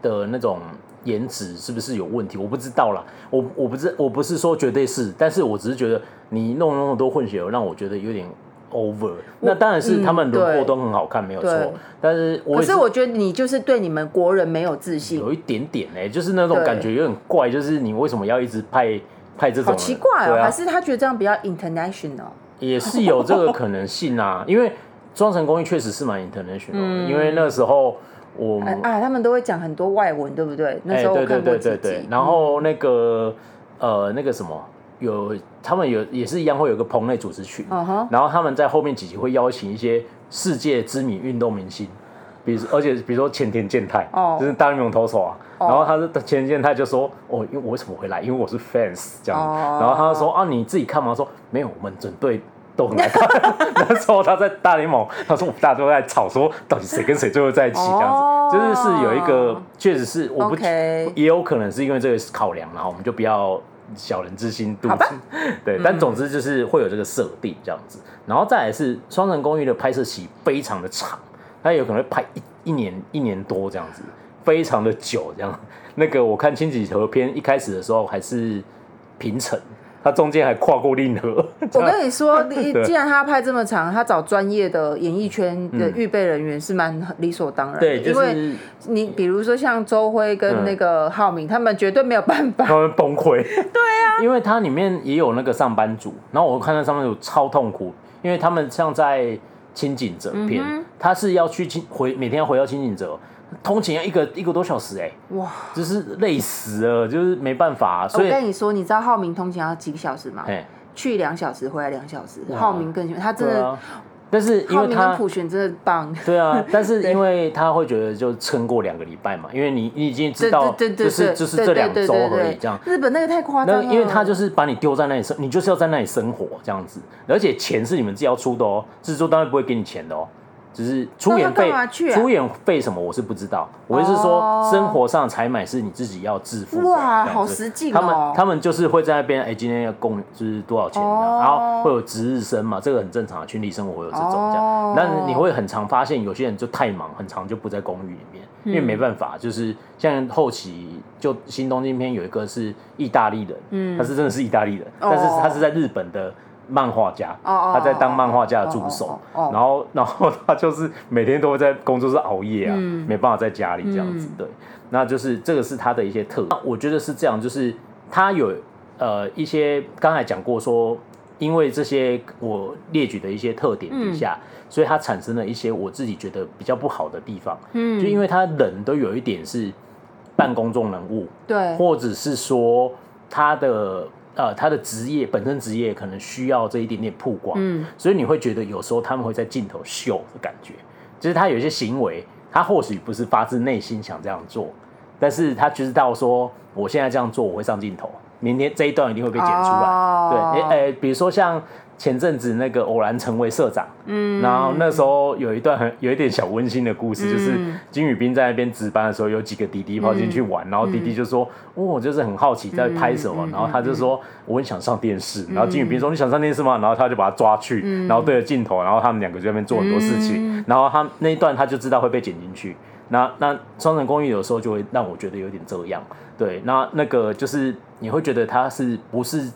的那种颜值是不是有问题，我不知道啦，我我不是我不是说绝对是，但是我只是觉得你弄那么多混血儿，让我觉得有点 over。那当然是他们轮廓
嗯对
都很好看，没有错
对，
但是我
可
也
是我觉得你就是对你们国人没有自信
有，一点点哎、就是那种
对
感觉有点怪，就是你为什么要一直派派这种
好
人？
奇怪哦、
对啊
还是他觉得这样比较 international？
也是有这个可能性啊，因为双城公寓确实是蛮 international 的，
嗯
因为那时候我们
哎啊，他们都会讲很多外文，对不对？那时候
嗯
我
哎对对
看过
对
几
对
集嗯
对，，然后那个呃那个什么。有他们有也是一样会有个棚内主持群
嗯哼
然后他们在后面几集会邀请一些世界知名运动明星，比如而且比如说前田健太
哦
就是大联盟投手啊
哦
然后他是前田健太就说哦，因为我为什么会来？因为我是 fans 这样子
哦
然后他就说啊你自己看吗？我说没有，我们整队都很爱 看。那时候他在大联盟，他说我们大家都在吵说到底谁跟谁最后在一起这样子
哦
就是是有一个确实是我不
OK
也有可能是因为这个考量啦，然后我们就不要小人之心度
好吧
之。对，但总之就是会有这个设定这样子。然后再来是《双城公寓》的拍摄期非常的长，它有可能会拍一一年一年多这样子，非常的久这样。那个我看《千禧河篇》一开始的时候还是平成，他中间还跨过令和，
我 跟你说，你
对嗯
既然他要拍这么长，他找专业的演艺圈的预备人员是蛮理所当然的，
对，就
因为
是
你比如说像周辉跟
嗯
那个浩明，他们绝对没有办 法
他们崩 溃。对啊，因为它里面也有那个上班族，然后我看到上班族超痛苦，因为他们像在清景泽
嗯
边，他是要去清回每天要回到清景泽，通勤要一个一个多小时、欸，
哇！
就是累死了，就是没办法、啊
我
所以。
跟你说，你知道浩明通勤要几个小时吗？
哎，
去两小时，回来两小时。
哇
浩明更辛苦，他真
对
的，
啊，但是因
浩
为
明
他
跟普璇真的棒。
对啊，但是因为他会觉得就撑过两个礼拜嘛，因为你你已经知道，
对对对
就
对
是
对，
就是
对
这两
对
周
对对
而已
对
这样。
日本那个太夸张哦
那
了，
因为他就是把你丢在那里生，你就是要在那里生活这样子，而且钱是你们自己要出的哦，制作单位不会给你钱的哦，只是出演
那他
费
干嘛去、啊
出演费什么我是不知道，我意思是
哦
说生活上采买是你自己要自付的。
哇
这样子
好实际哦
他们他们就是会在那边，哎，今天要供就是多少钱这样
哦
然后会有值日生嘛，这个很正常，群体生活会有这种这
哦
样，那你会很常发现有些人就太忙，很常就不在公寓里面，因为
嗯
没办法，就是像后期就新东京篇有一个是意大利人，
嗯
他是真的是意大利人，
哦
但是他是在日本的漫画家，
哦哦
他在当漫画家的助
哦
手，
哦哦哦
然后然后他就是每天都会在工作室熬夜啊，
嗯
没办法在家里这样子，对，那就是这个是他的一些特，我觉得是这样，就是他有呃一些刚才讲过说。因为这些我列举的一些特点
嗯
底下，所以它产生了一些我自己觉得比较不好的地方。
嗯，
就因
为
为他人都有一点是半公众人物，
对
或者是说他的呃他的职业本身职业可能需要这一点点曝光，
嗯
所以你会觉得有时候他们会在镜头秀的感觉，就是他有一些行为，他或许不是发自内心想这样做，但是他知道说我现在这样做我会上镜头，明天这一段一定会被剪出来，
哦
对，哎诶、诶比如说像前阵子那个偶然成为社长，
嗯，
然后那时候有一段很有一点小温馨的故事，
嗯
就是金宇彬在那边值班的时候，有几个弟弟跑进去玩，然后弟弟就说：“哦，我就是很好奇在拍什么。
嗯嗯嗯嗯
然后他就说：“我很想上电视。”然后金宇彬说：“你想上电视吗？”然后他就把他抓去，然后对着镜头，然后他们两个就在那边做很多事
嗯
情。然后他那一段他就知道会被剪进去。那那《双城公寓》有时候就会让我觉得有点这样，对，那那个就是你会觉得他是不是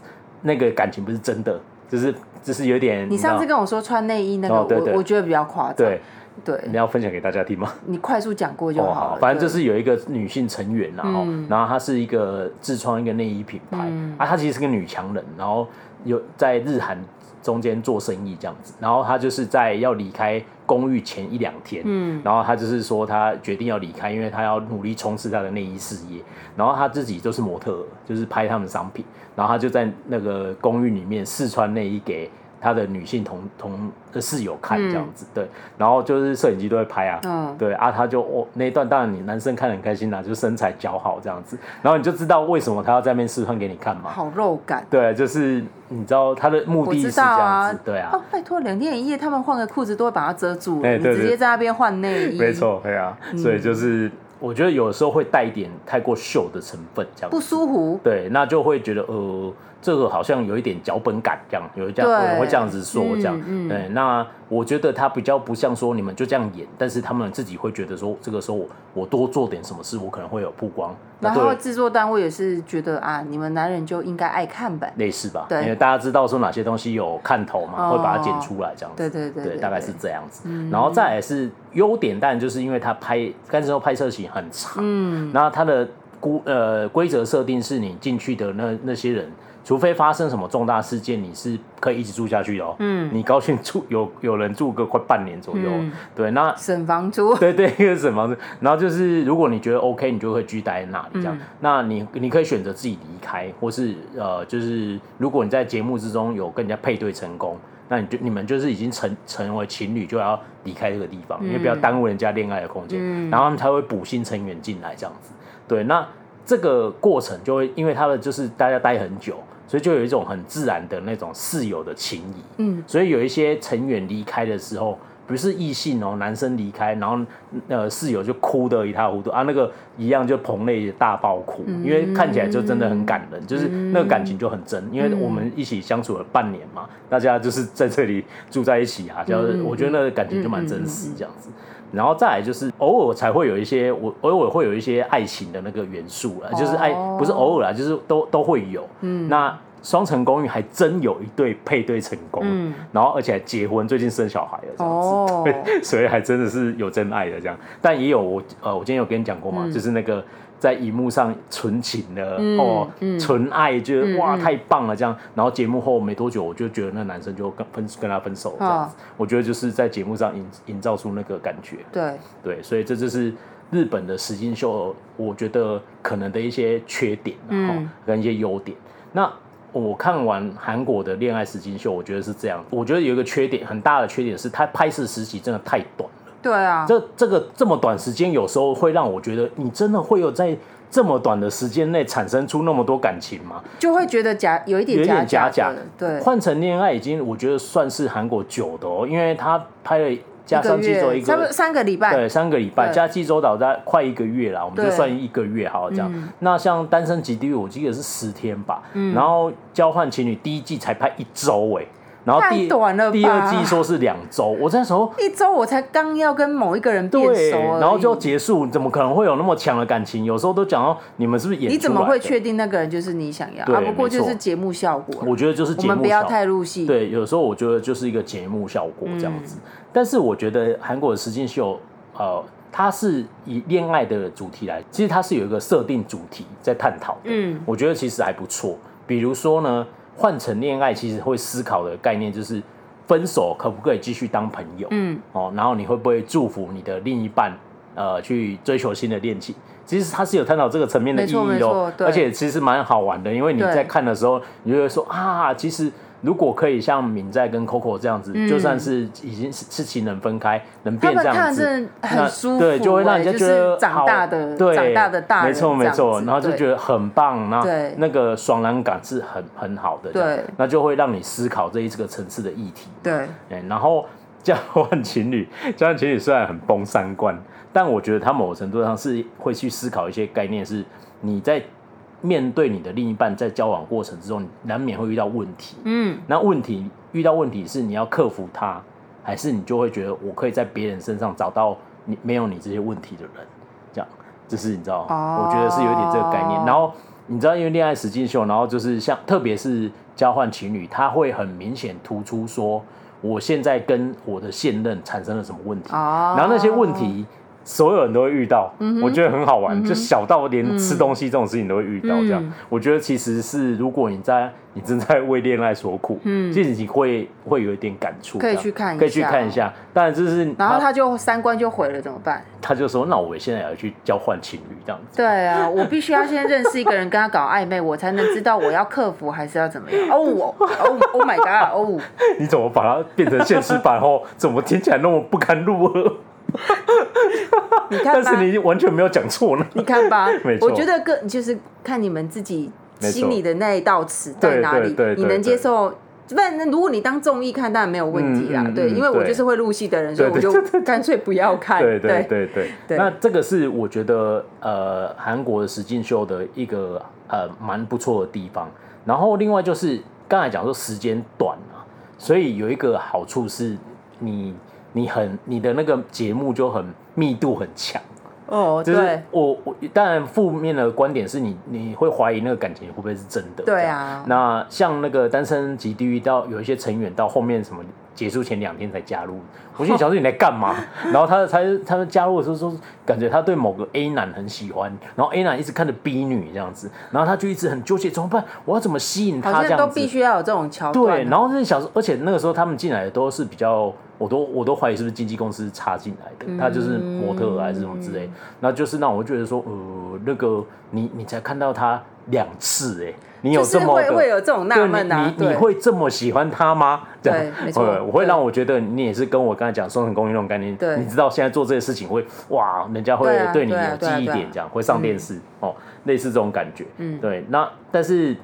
那个感情不是真的，就是就是有点
你上次
知道
跟我说穿内衣那个，
哦对对
我我觉得比较夸张，
对。
对
你要分享给大家听吗？
你快速讲过就
哦，
好了，
反正就
对嗯
是有一个女性成员啦，然后、然后她是一个自创一个内衣品牌，啊，她其实是个女强人，然后有在日韩中间做生意这样子，然后她就是在要离开公寓前一两天，嗯，然后她就是说她决定要离开，因为她要努力冲刺她的内衣事业，然后她自己就是模特儿，就是拍他们商品，然后她就在那个公寓里面试穿内衣给。她的女性同同呃室友看这样子，对，然后就是摄影机都会拍啊，
嗯
对啊，他就哦那一段，当然你男生看得很开心啊啦、就身材姣好这样子，然后你就知道为什么他要在那边示范给你看嘛。
好肉感。
对，就是你知道他的目
我
的
知
是这样
道
子，
啊，
对啊，
哦，拜托，两天一夜，他们换个裤子都会把它遮住了，
哎
你
对
直
对
接在那边换内衣，
没，错，对啊，
嗯
所以就是我觉得有时候会带一点太过秀的成分这样
不
子，
舒服。
对，那就会觉得呃，这个好像有一点脚本感这样，有一这样
对
有人会这样子说
嗯
这样，
嗯
对，那我觉得他比较不像说你们就这样演，但是他们自己会觉得说这个时候我我多做点什么事，我可能会有曝光，那
然
啊对
后制作单位也是觉得啊，你们男人就应该爱看本，
类似吧，
对
因为大家知道说哪些东西有看头嘛，
哦
会把它剪出来这样子，
对对对对
大概
对嗯
是这样子。然后再来是优点，但就是因为它拍，但是说拍摄期很长，嗯，然后它的规呃规则设定是你进去的那那些人。除非发生什么重大事件，你是可以一直住下去的哦。嗯，你高兴住有有人住个快半年左右，
嗯
对，那
省房租。
对 对，一个省房子。然后就是，如果你觉得 OK，你就会继续待在那里这样。那你你可以选择自己离开，或是呃，就是如果你在节目之中有跟人家配对成功，那你就你们就是已经成成为情侣，就要离开这个地方，因为不要耽误人家恋爱的空间。然后他们才会补新成员进来这样子。对，那这个过程就会因为他的就是大家待很久。所以就有一种很自然的那种室友的情谊，
嗯，
所以有一些成员离开的时候，不是异性哦，男生离开，然后呃室友就哭得一塌糊涂啊，那个一样就棚内大爆哭，
嗯
因为看起来就真的很感人，就是那个感情就很真，
嗯
因为我们一起相处了半年嘛，大家就是在这里住在一起啊，
嗯
就是我觉得那个感情就蛮真实这样子。然后再来就是偶尔才会有一些我偶尔会有一些爱情的那个元素了，就是爱
哦
不是偶尔啦，就是都都会有。嗯，那双层公寓还真有一对配对成功，
嗯
然后而且还结婚，最近生小孩了，这样子。
哦，
对， 所以还真的是有真爱的这样。但也有我呃，我今天有跟你讲过嘛，就是那个在荧幕上纯情的、
嗯
哦
嗯，
纯爱，觉得、
嗯
哇
嗯
太棒了这样。然后节目后没多久，我就觉得那男生就跟分跟他分手了这样子。我觉得就是在节目上营营造出那个感觉，
对，
对，所以这就是。日本的实境秀，我觉得可能的一些缺点，然后
嗯
跟一些优点。那我看完韩国的恋爱实境秀，我觉得是这样。我觉得有一个缺点，很大的缺点是它拍摄时期真的太短了。
对啊，
这这个这么短时间，有时候会让我觉得，你真的会有在这么短的时间内产生出那么多感情吗？
就会觉得假有一点
有一
假
点假
假的
假，
对，
换成恋爱已经，我觉得算是韩国久的哦，因为他拍了加上济州一
差不多
个。
三个礼拜，
对，三个礼拜
对
加济州岛大概快一个月啦，我们就
对
算一个月好了这样。
嗯
那像《单身即地狱》，我记得是十天吧，然后交换情侣第一季才拍一周哎、然后第
太短了吧
第二季说是两周，我那时候
一周我才刚要跟某一个人变
对，
熟而已，
然后就结束，怎么可能会有那么强的感情？有时候都讲到你们是不是演？
你怎么会？确定那个人就是你想要？
对
啊，不过就
没
是
错
节目效果啦，
我觉得就是
我
节
们
目
不要
效
太入戏，
对，有时候我觉得就是一个节目效果这样子。但是我觉得韩国的实境秀，呃，它是以恋爱的主题来，其实它是有一个设定主题在探讨的。
嗯
我觉得其实还不错。比如说呢，换成恋爱，其实会思考的概念就是分手可不可以继续当朋友？
嗯，
哦，然后你会不会祝福你的另一半呃去追求新的恋情？其实它是有探讨这个层面的
没
意
错
义
没
的
错
哦，
对
而且其实蛮好玩的，因为你
对
在看的时候，你就会说啊，其实如果可以像敏在跟 Coco 这样子，
嗯
就算是已经是是情人分开，能
他
变
们
这
看
样
得
子。
真的
那
很舒服欸，
对，就会让人家觉
就
得
是长
好
大的
对
长大的大
没
人，
错没错，然后就觉
得
得很棒，那
对
那个爽朗感是很很好的，这样
对
那就会让你思考这一这个层次的议题，
对，
哎，然后交换情侣，交换情侣虽然很崩三观，但我觉得他某程度上是会去思考一些概念，是你在面对你的另一半在交往过程之中，你难免会遇到问题。
嗯，
那问题遇到问题是你要克服它，还是你就会觉得我可以在别人身上找到你没有你这些问题的人？这样，就是你知道，
哦
我觉得是有一点这个概念。然后你知道，因为恋爱实境秀，然后就是像特别是交换情侣，它会很明显突出说我现在跟我的现任产生了什么问题，
哦，嗯
然后那些问题。所有人都会遇到，我觉得很好玩，就小到连吃东西这种事情都会遇到，这样、
嗯
我觉得其实是如果你在你正在为恋爱所苦，
嗯
其实你会会有一点感触这
可以
样，
去看一下
可以去看一下。当然就是他，
然后他就三观就毁了，怎么办？
他就说，那我现在也要去交换情侣这样子。
对啊，我必须要先认识一个人，跟他搞暧昧，我才能知道我要克服还是要怎么样。哦，我哦，Oh my god，哦，
你怎么把它变成现实版 后，怎么听起来那么不堪入 耳？
你看
但
吧，
是你完全没有讲错呢。
你看吧
没，错
我觉得个就是看你们自己
没错
心里的那一道尺在哪里
对对对，
你能接受。不然，如果你当综艺看，当然没有问题啦。
嗯嗯嗯
对，因为我
对
就是会入戏的人，所以我
对对
就干脆不要看。
对对对对，
对
那这个是我觉得呃韩国的实境秀的一个呃蛮不错的地方。然后另外就是刚才讲说时间短啊，所以有一个好处是你你很你的那个节目就很密度很强。
哦，
就是
对
我我当然负面的观点是你你会怀疑那个感情会不会是真的。
对
这样
啊，
那像那个单身级地狱到有一些成员到后面什么结束前两天才加入，我心里想说你来干嘛？ 然后他才他们加入的时候说，感觉他对某个 A 男很喜欢，然后 A 男一直看着 B 女这样子，然后他就一直很纠结怎么办？我要怎么吸引他
好
这
像
样
都
子？
必须要有这种桥段
对，
啊。
然后就是想说，而且那个时候他们进来的都是比较，我都我都怀疑是不是经纪公司插进来的，他就是
嗯
模特儿还是什么之类，然后就是让我觉得说，呃，那个你你才看到他两次哎、你有
就
这
是
么
会
个
会有这种纳
对
闷啊，
你你
对
你会这么喜欢他吗？ 这样
对没错
呃我会
对
让我觉得你也是跟我刚才讲双层公寓那种概念。
对
你知道现在做这些事情会哇，人家会
对啊
对你
对啊
有记
对啊
忆
对啊
点，这样会上电视哦，类似这种感觉。
嗯
对。那但是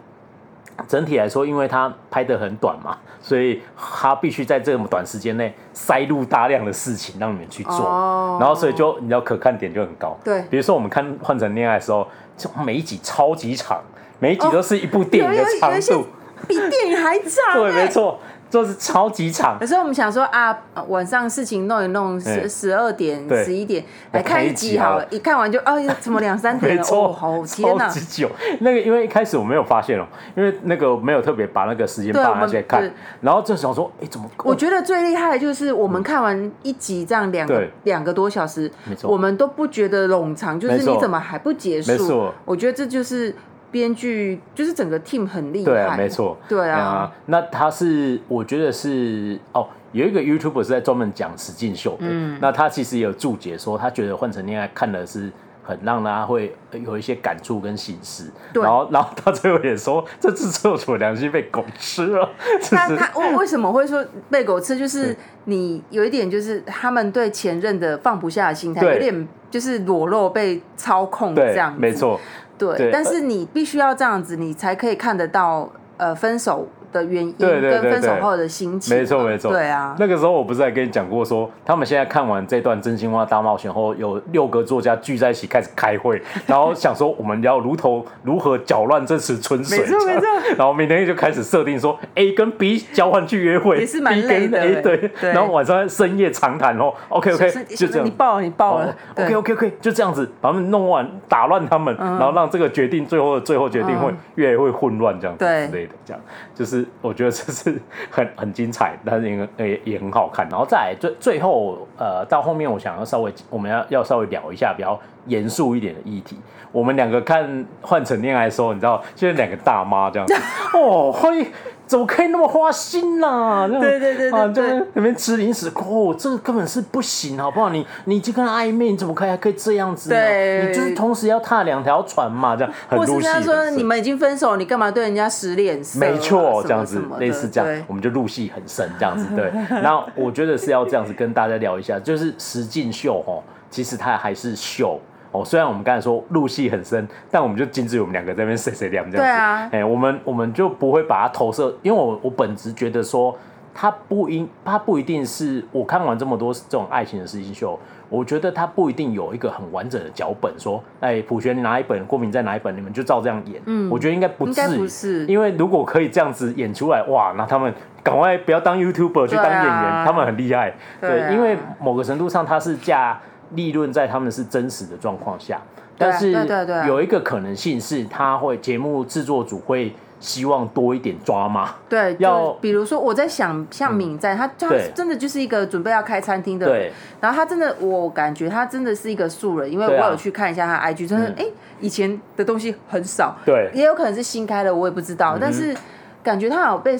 整体来说，因为它拍的很短嘛，所以它必须在这么短时间内塞入大量的事情让你们去做，
哦
然后所以就你知道可看点就很高。
对
比如说我们看《换成恋爱》的时候，就每一集超级长，每一集都是一部电
哦有
影的
有有
长
一些
度。
比电影还长、欸，
对，没错。就是超级 长
有，时候我们想说啊，晚上事情弄一弄，十
哎
十二点、
对
十一点
来
来看
看
一
一集
集好
好
了
了，
一看完就啊，怎么两三点
没
了？
错，
哦，好天哪
超！级久。那个因为一开始我没有发现哦，因为那个没有特别把那个时间
对我
扒
们
拿起来看
对，
然后就想说，哎，怎么？
我觉得最厉害的就是我们看完一集这样两个
对
两个多小时
没，错
我们都不觉得冗长，就是
没错
你怎么还不结
没
束
错？
我觉得这就是编剧，就是整个 team 很厉害。
对啊，没。错，
对
哎
啊
呀，那他是我觉得是哦，有一个 YouTube 是在专门讲实境秀的，嗯，那他其实也有注解说，他觉得换成恋爱看的是。很让大家会呃有一些感触跟心思，
对
然后， 然后他最后也说，这次厕所良心被狗吃了， 就
他
是
他为为什么会说被狗吃？就是
对
你有一点，就是他们对前任的放不下的心态，
对
有点就是裸露被操控
对
这样，子。
没，错，
对。
对
但是你必须要这样子，你才可以看得到呃分手的原因
对对对
跟分手
对
后的心情嘛。
没错没错，
对啊。
那个时候我不是还跟你讲过说，他们现在看完这段真心话大冒险后，有六个作家聚在一起开始开会，然后想说我们要如头如何搅乱这池春水，
没错没错。
然后明天就开始设定说 A 跟 B 交换去约会，
也是蛮
B
累
跟
的
A 对，
对
然后晚上深夜长谈哦，OK
是
OK，
不是
就这样
你。爆了，你爆了。对
OK OK 哦 OK，就这样子把他们弄完，打乱他们，然后让这个决定最后的最后决定会
嗯
越来越混乱这样子
对
之类的，这样就是我觉得这是很很精彩，但是也也也很好看。然后再来最最后呃到后面我想要稍微我们要要稍微聊一下比较严肃一点的议题。我们两个看换成恋爱的时候，你知道就是两个大妈这样子，哦嘿。怎么可以那么花心呐、这样
对对对对
啊，就
对
那边吃零食，哦，这个根本是不行，好不好？你你这个暧昧，你怎么可以还可以这样子呢？
对
你就是同时要踏两条船嘛，这样很
或是
入戏
跟他
的。
说
是
你们已经分手，你干嘛对人家使脸色啊？
没错，
什么
这样子
什么的
类似这
对
样，我们就入戏很深这样子。 对，那我觉得是要这样子跟大家聊一下，就是实境秀哦，其实它还是秀。哦，虽然我们刚才说入戏很深，但我们就禁止我们两个在那边谁谁凉这样子。
对啊
哎、我们我们就不会把它投射，因为我我本质觉得说，它不应，它不一定是我看完这么多这种爱情的实境秀，我觉得它不一定有一个很完整的脚本，说，哎、普璇你拿一本，郭敏再拿一本，你们就照这样演。嗯，我觉得应该不
应
至
该
于，
不是
因为如果可以这样子演出来，哇，那他们赶快不要当 YouTuber 去当演员，
对啊
他们很厉害。
对啊
因为某个程度上，他是架利润在他们是真实的状况下，
对啊
但是
对对对啊
有一个可能性是，他会节目制作组会希望多一点抓嘛。
对，
要嗯
就比如说我在想，像敏在，他他
对
真的就是一个准备要开餐厅的人，
对
然后他真的，我感觉他真的是一个素人，因为
对啊嗯
我有去看一下他的 IG，真的，哎，以前的东西很少，
对嗯
也有可能是新开的，我也不知道，但是感觉他好被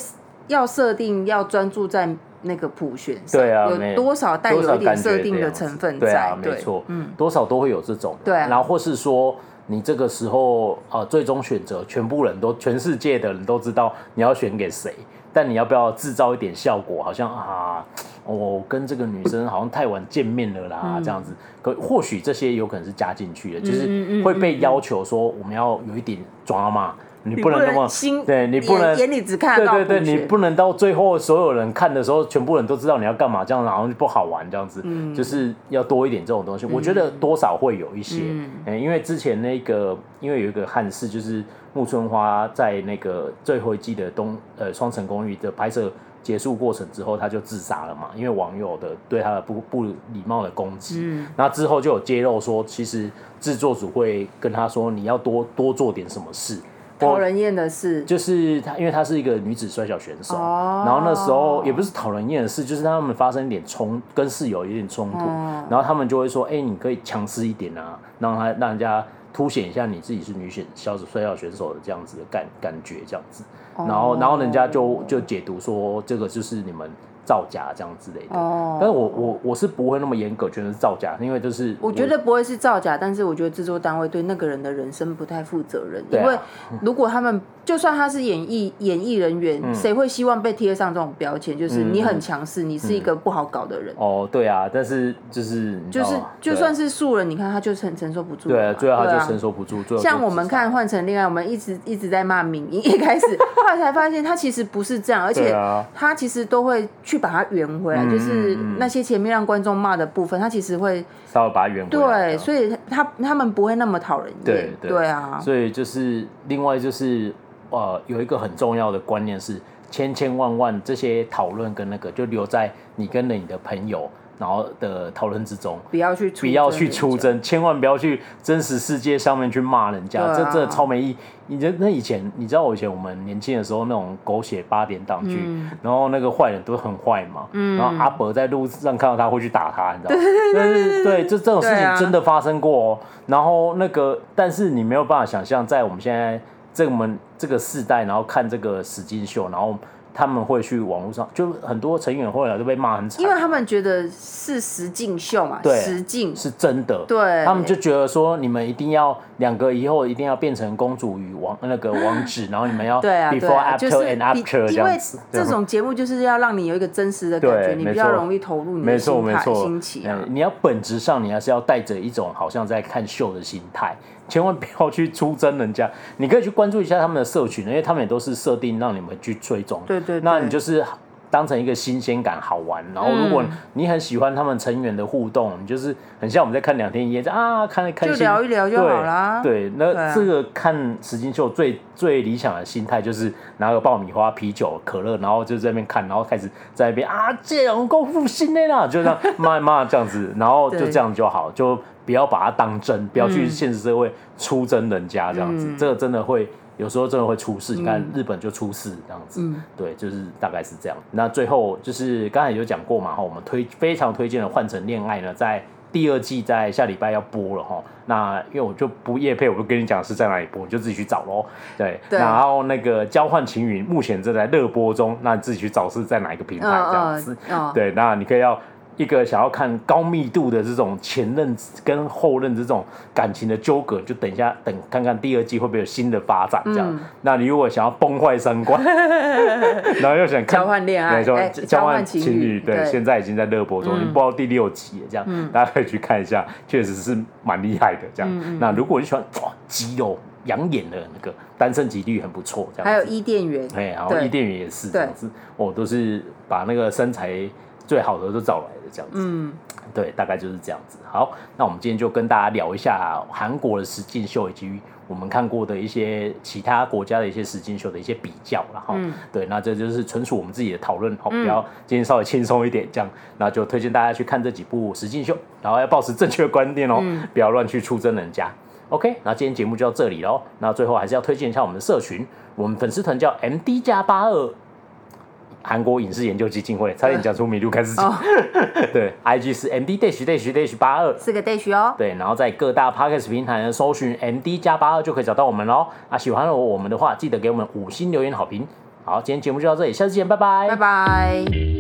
要设定要专注在那个普选上，
对啊
有
没
多少带
多
有
少
一点
感觉
设定
这
的
样子
成分
对
在
啊，，没
对，
错，嗯，多少都会有这种的，
对啊
然后或是说。你这个时候呃，最终选择，全部人都，全世界的人都知道你要选给谁，但你要不要制造一点效果？好像啊，我跟这个女生好像太晚见面了啦，
嗯
这样子。可或许这些有可能是加进去的，
嗯
就是会被要求说我们要有一点抓嘛，你
你
不能那么
心，
对你不
眼
能
眼里只看得
对
到
对对，
补
你
血
不能到最后所有人看的时候，全部人都知道你要干嘛，这样然后就不好玩，这样子，就是要多一点这种东西。我觉得多少会有一些，嗯，因为之前那个，因为有一个汉室，就是木村花在那个最后一季的东呃双城公寓的拍摄。结束过程之后，他就自杀了嘛，因为网友的对他的不不礼貌的攻击。嗯，那之后就有揭露说，其实制作组会跟他说，你要多多做点什么事，
讨人厌的是，
就是她，因为她是一个女子摔跤选手，
哦
然后那时候也不是讨人厌的事，就是他们发生一点冲，跟室友有一点冲突，
哦
然后他们就会说，哎、你可以强势一点啊，让他让人家凸显一下你自己是女选小子摔跤选手的这样子的感感觉，这样子，
哦
然后然后人家就就解读说这个就是你们造假这样之类的，
哦
但是我我我是不会那么严格觉得是造假，因为就是
我觉得不会是造假，但是我觉得制作单位对那个人的人生不太负责任，
对啊
因为如果他们就算他是演艺演艺人员，
嗯
谁会希望被贴上这种标签？就是你很强势，你是一
嗯
个不好搞的人。
哦对啊，但是就是你知
就
道
是
吗
就算是素人，你看他就承承受不住了
哦对
嘛，
啊，最后他
对
就
啊
承受不住，最后就
像我们
自杀
看《换成恋爱》，我们一直一直在骂敏英，一开 始后来才发现他其实不是这样，而
对
且
啊嗯
他其实都会去把它圆回来，就是那些前面让观众骂的部分，他其实会
稍微把它圆回来这
对，
样
所以他他们不会那么讨人厌，
啊对对
啊，
所以就是另外就是呃，有一个很重要的观念是，千千万万这些讨论跟那个就留在你跟你的朋友然后的讨论之中，
不要去出
不要去
征
出
人家，
征，千万不要去真实世界上面去骂人家，
对啊
这真的超没意义。你这那以前，你知道我以前我们年轻的时候那种狗血八点档剧，然后那个坏人都很坏嘛，然后阿伯在路上看到他会去打他，你知道吗？但是对，这这种事
对啊
情真的发生过、哦。然后那个，但是你没有办法想象，在我们现在这个我们这个世代，然后看这个史金秀，然后他们会去网络上，就很多成员后来都被骂很惨
因，为他们觉得是实境秀嘛，
对
实境，
是真的。
对，
他们就觉得说，你们一定要两个以后一定要变成公主与王那个王 子，然后你们要
对啊，对
哦 before
啊，就
after
是
and
比
after 这
因为
样子。
这种节目就是要让你有一个真实的感觉，
对
你
没
比较
错
容易投入你
没
的
错
心
没
态、
错
心，情啊
嗯。你要本质上你还是要带着一种好像在看秀的心态，千万不要去出征人家。你可以去关注一下他们的社群，因为他们也都是设定让你们去追踪。
对对，嗯
那你
对
就是当成一个新鲜感好玩。然后如果你很喜欢他们成员的互动，你就是很像我们在看两天一夜，啊，看得开
就
心，
聊一聊就好啦。
对，
对啊
那这个看石金秀最最理想的心态就是拿个爆米花、啤酒、可乐，然后就在那边看，然后开始在那边啊，这样够负心的啦， 就这样骂一骂这样子，然后就
对
这样就好，就不要把它当真，不要去
嗯
现实社会出征人家这样子，
嗯
这个真的会。有时候真的会出事，你看日本就出事这样子，
嗯
对，就是大概是这样。那最后就是刚才有讲过嘛，哈，我们推非常推荐的《换成恋爱》呢，在第二季在下礼拜要播了哈。那因为我就不夜配，我就跟你讲是在哪里播，你就自己去找喽。对，
对
然后那个《交换情侣》目前正在热播中，那你自己去找是在哪一个平台这样子。
嗯嗯，
对，那你可以要一个想要看高密度的这种前任跟后任这种感情的纠葛，就等一下等看看第二季会不会有新的发展这样。
嗯
那你如果想要崩坏三 观，然后又想看
交换恋爱
没错
哎，交
交
换
换
情
情
侣
侣，对，
对嗯
现在已经在热播中，已经播到第六集了，这样、大家可以去看一下，确实是蛮厉害的这样。
嗯
那如果你喜欢哇肌肉养眼的那个单身几率很不错，这样
还有
子
伊甸园，
哎，然后
对
伊甸园也是
对
这样子，我都是把那个身材最好的都找来的这样子，
嗯，
对，大概就是这样子。好，那我们今天就跟大家聊一下韩国的实境秀以及我们看过的一些其他国家的一些实境秀的一些比较啦，然后、
嗯
对，那这就是纯属我们自己的讨论，好，不
嗯
要今天稍微轻松一点这样，那就推荐大家去看这几部实境秀，然后要保持正确的观念哦，
嗯
不要乱去出征人家。OK，那今天节目就到这里喽。那最后还是要推荐一下我们的社群，我们粉丝团叫 MD 加八二韩国影视研究基金会，差点讲出迷路开始
哦
讲。对，IG 是 MD dash dash dash 八二。
是个 dash 哦，
对，然后在各大 podcast 平台呢搜寻 MD 加八二就可以找到我们喽。啊，喜欢我们的话，记得给我们五星留言好评。好，今天节目就到这里，下次见，拜拜
拜拜。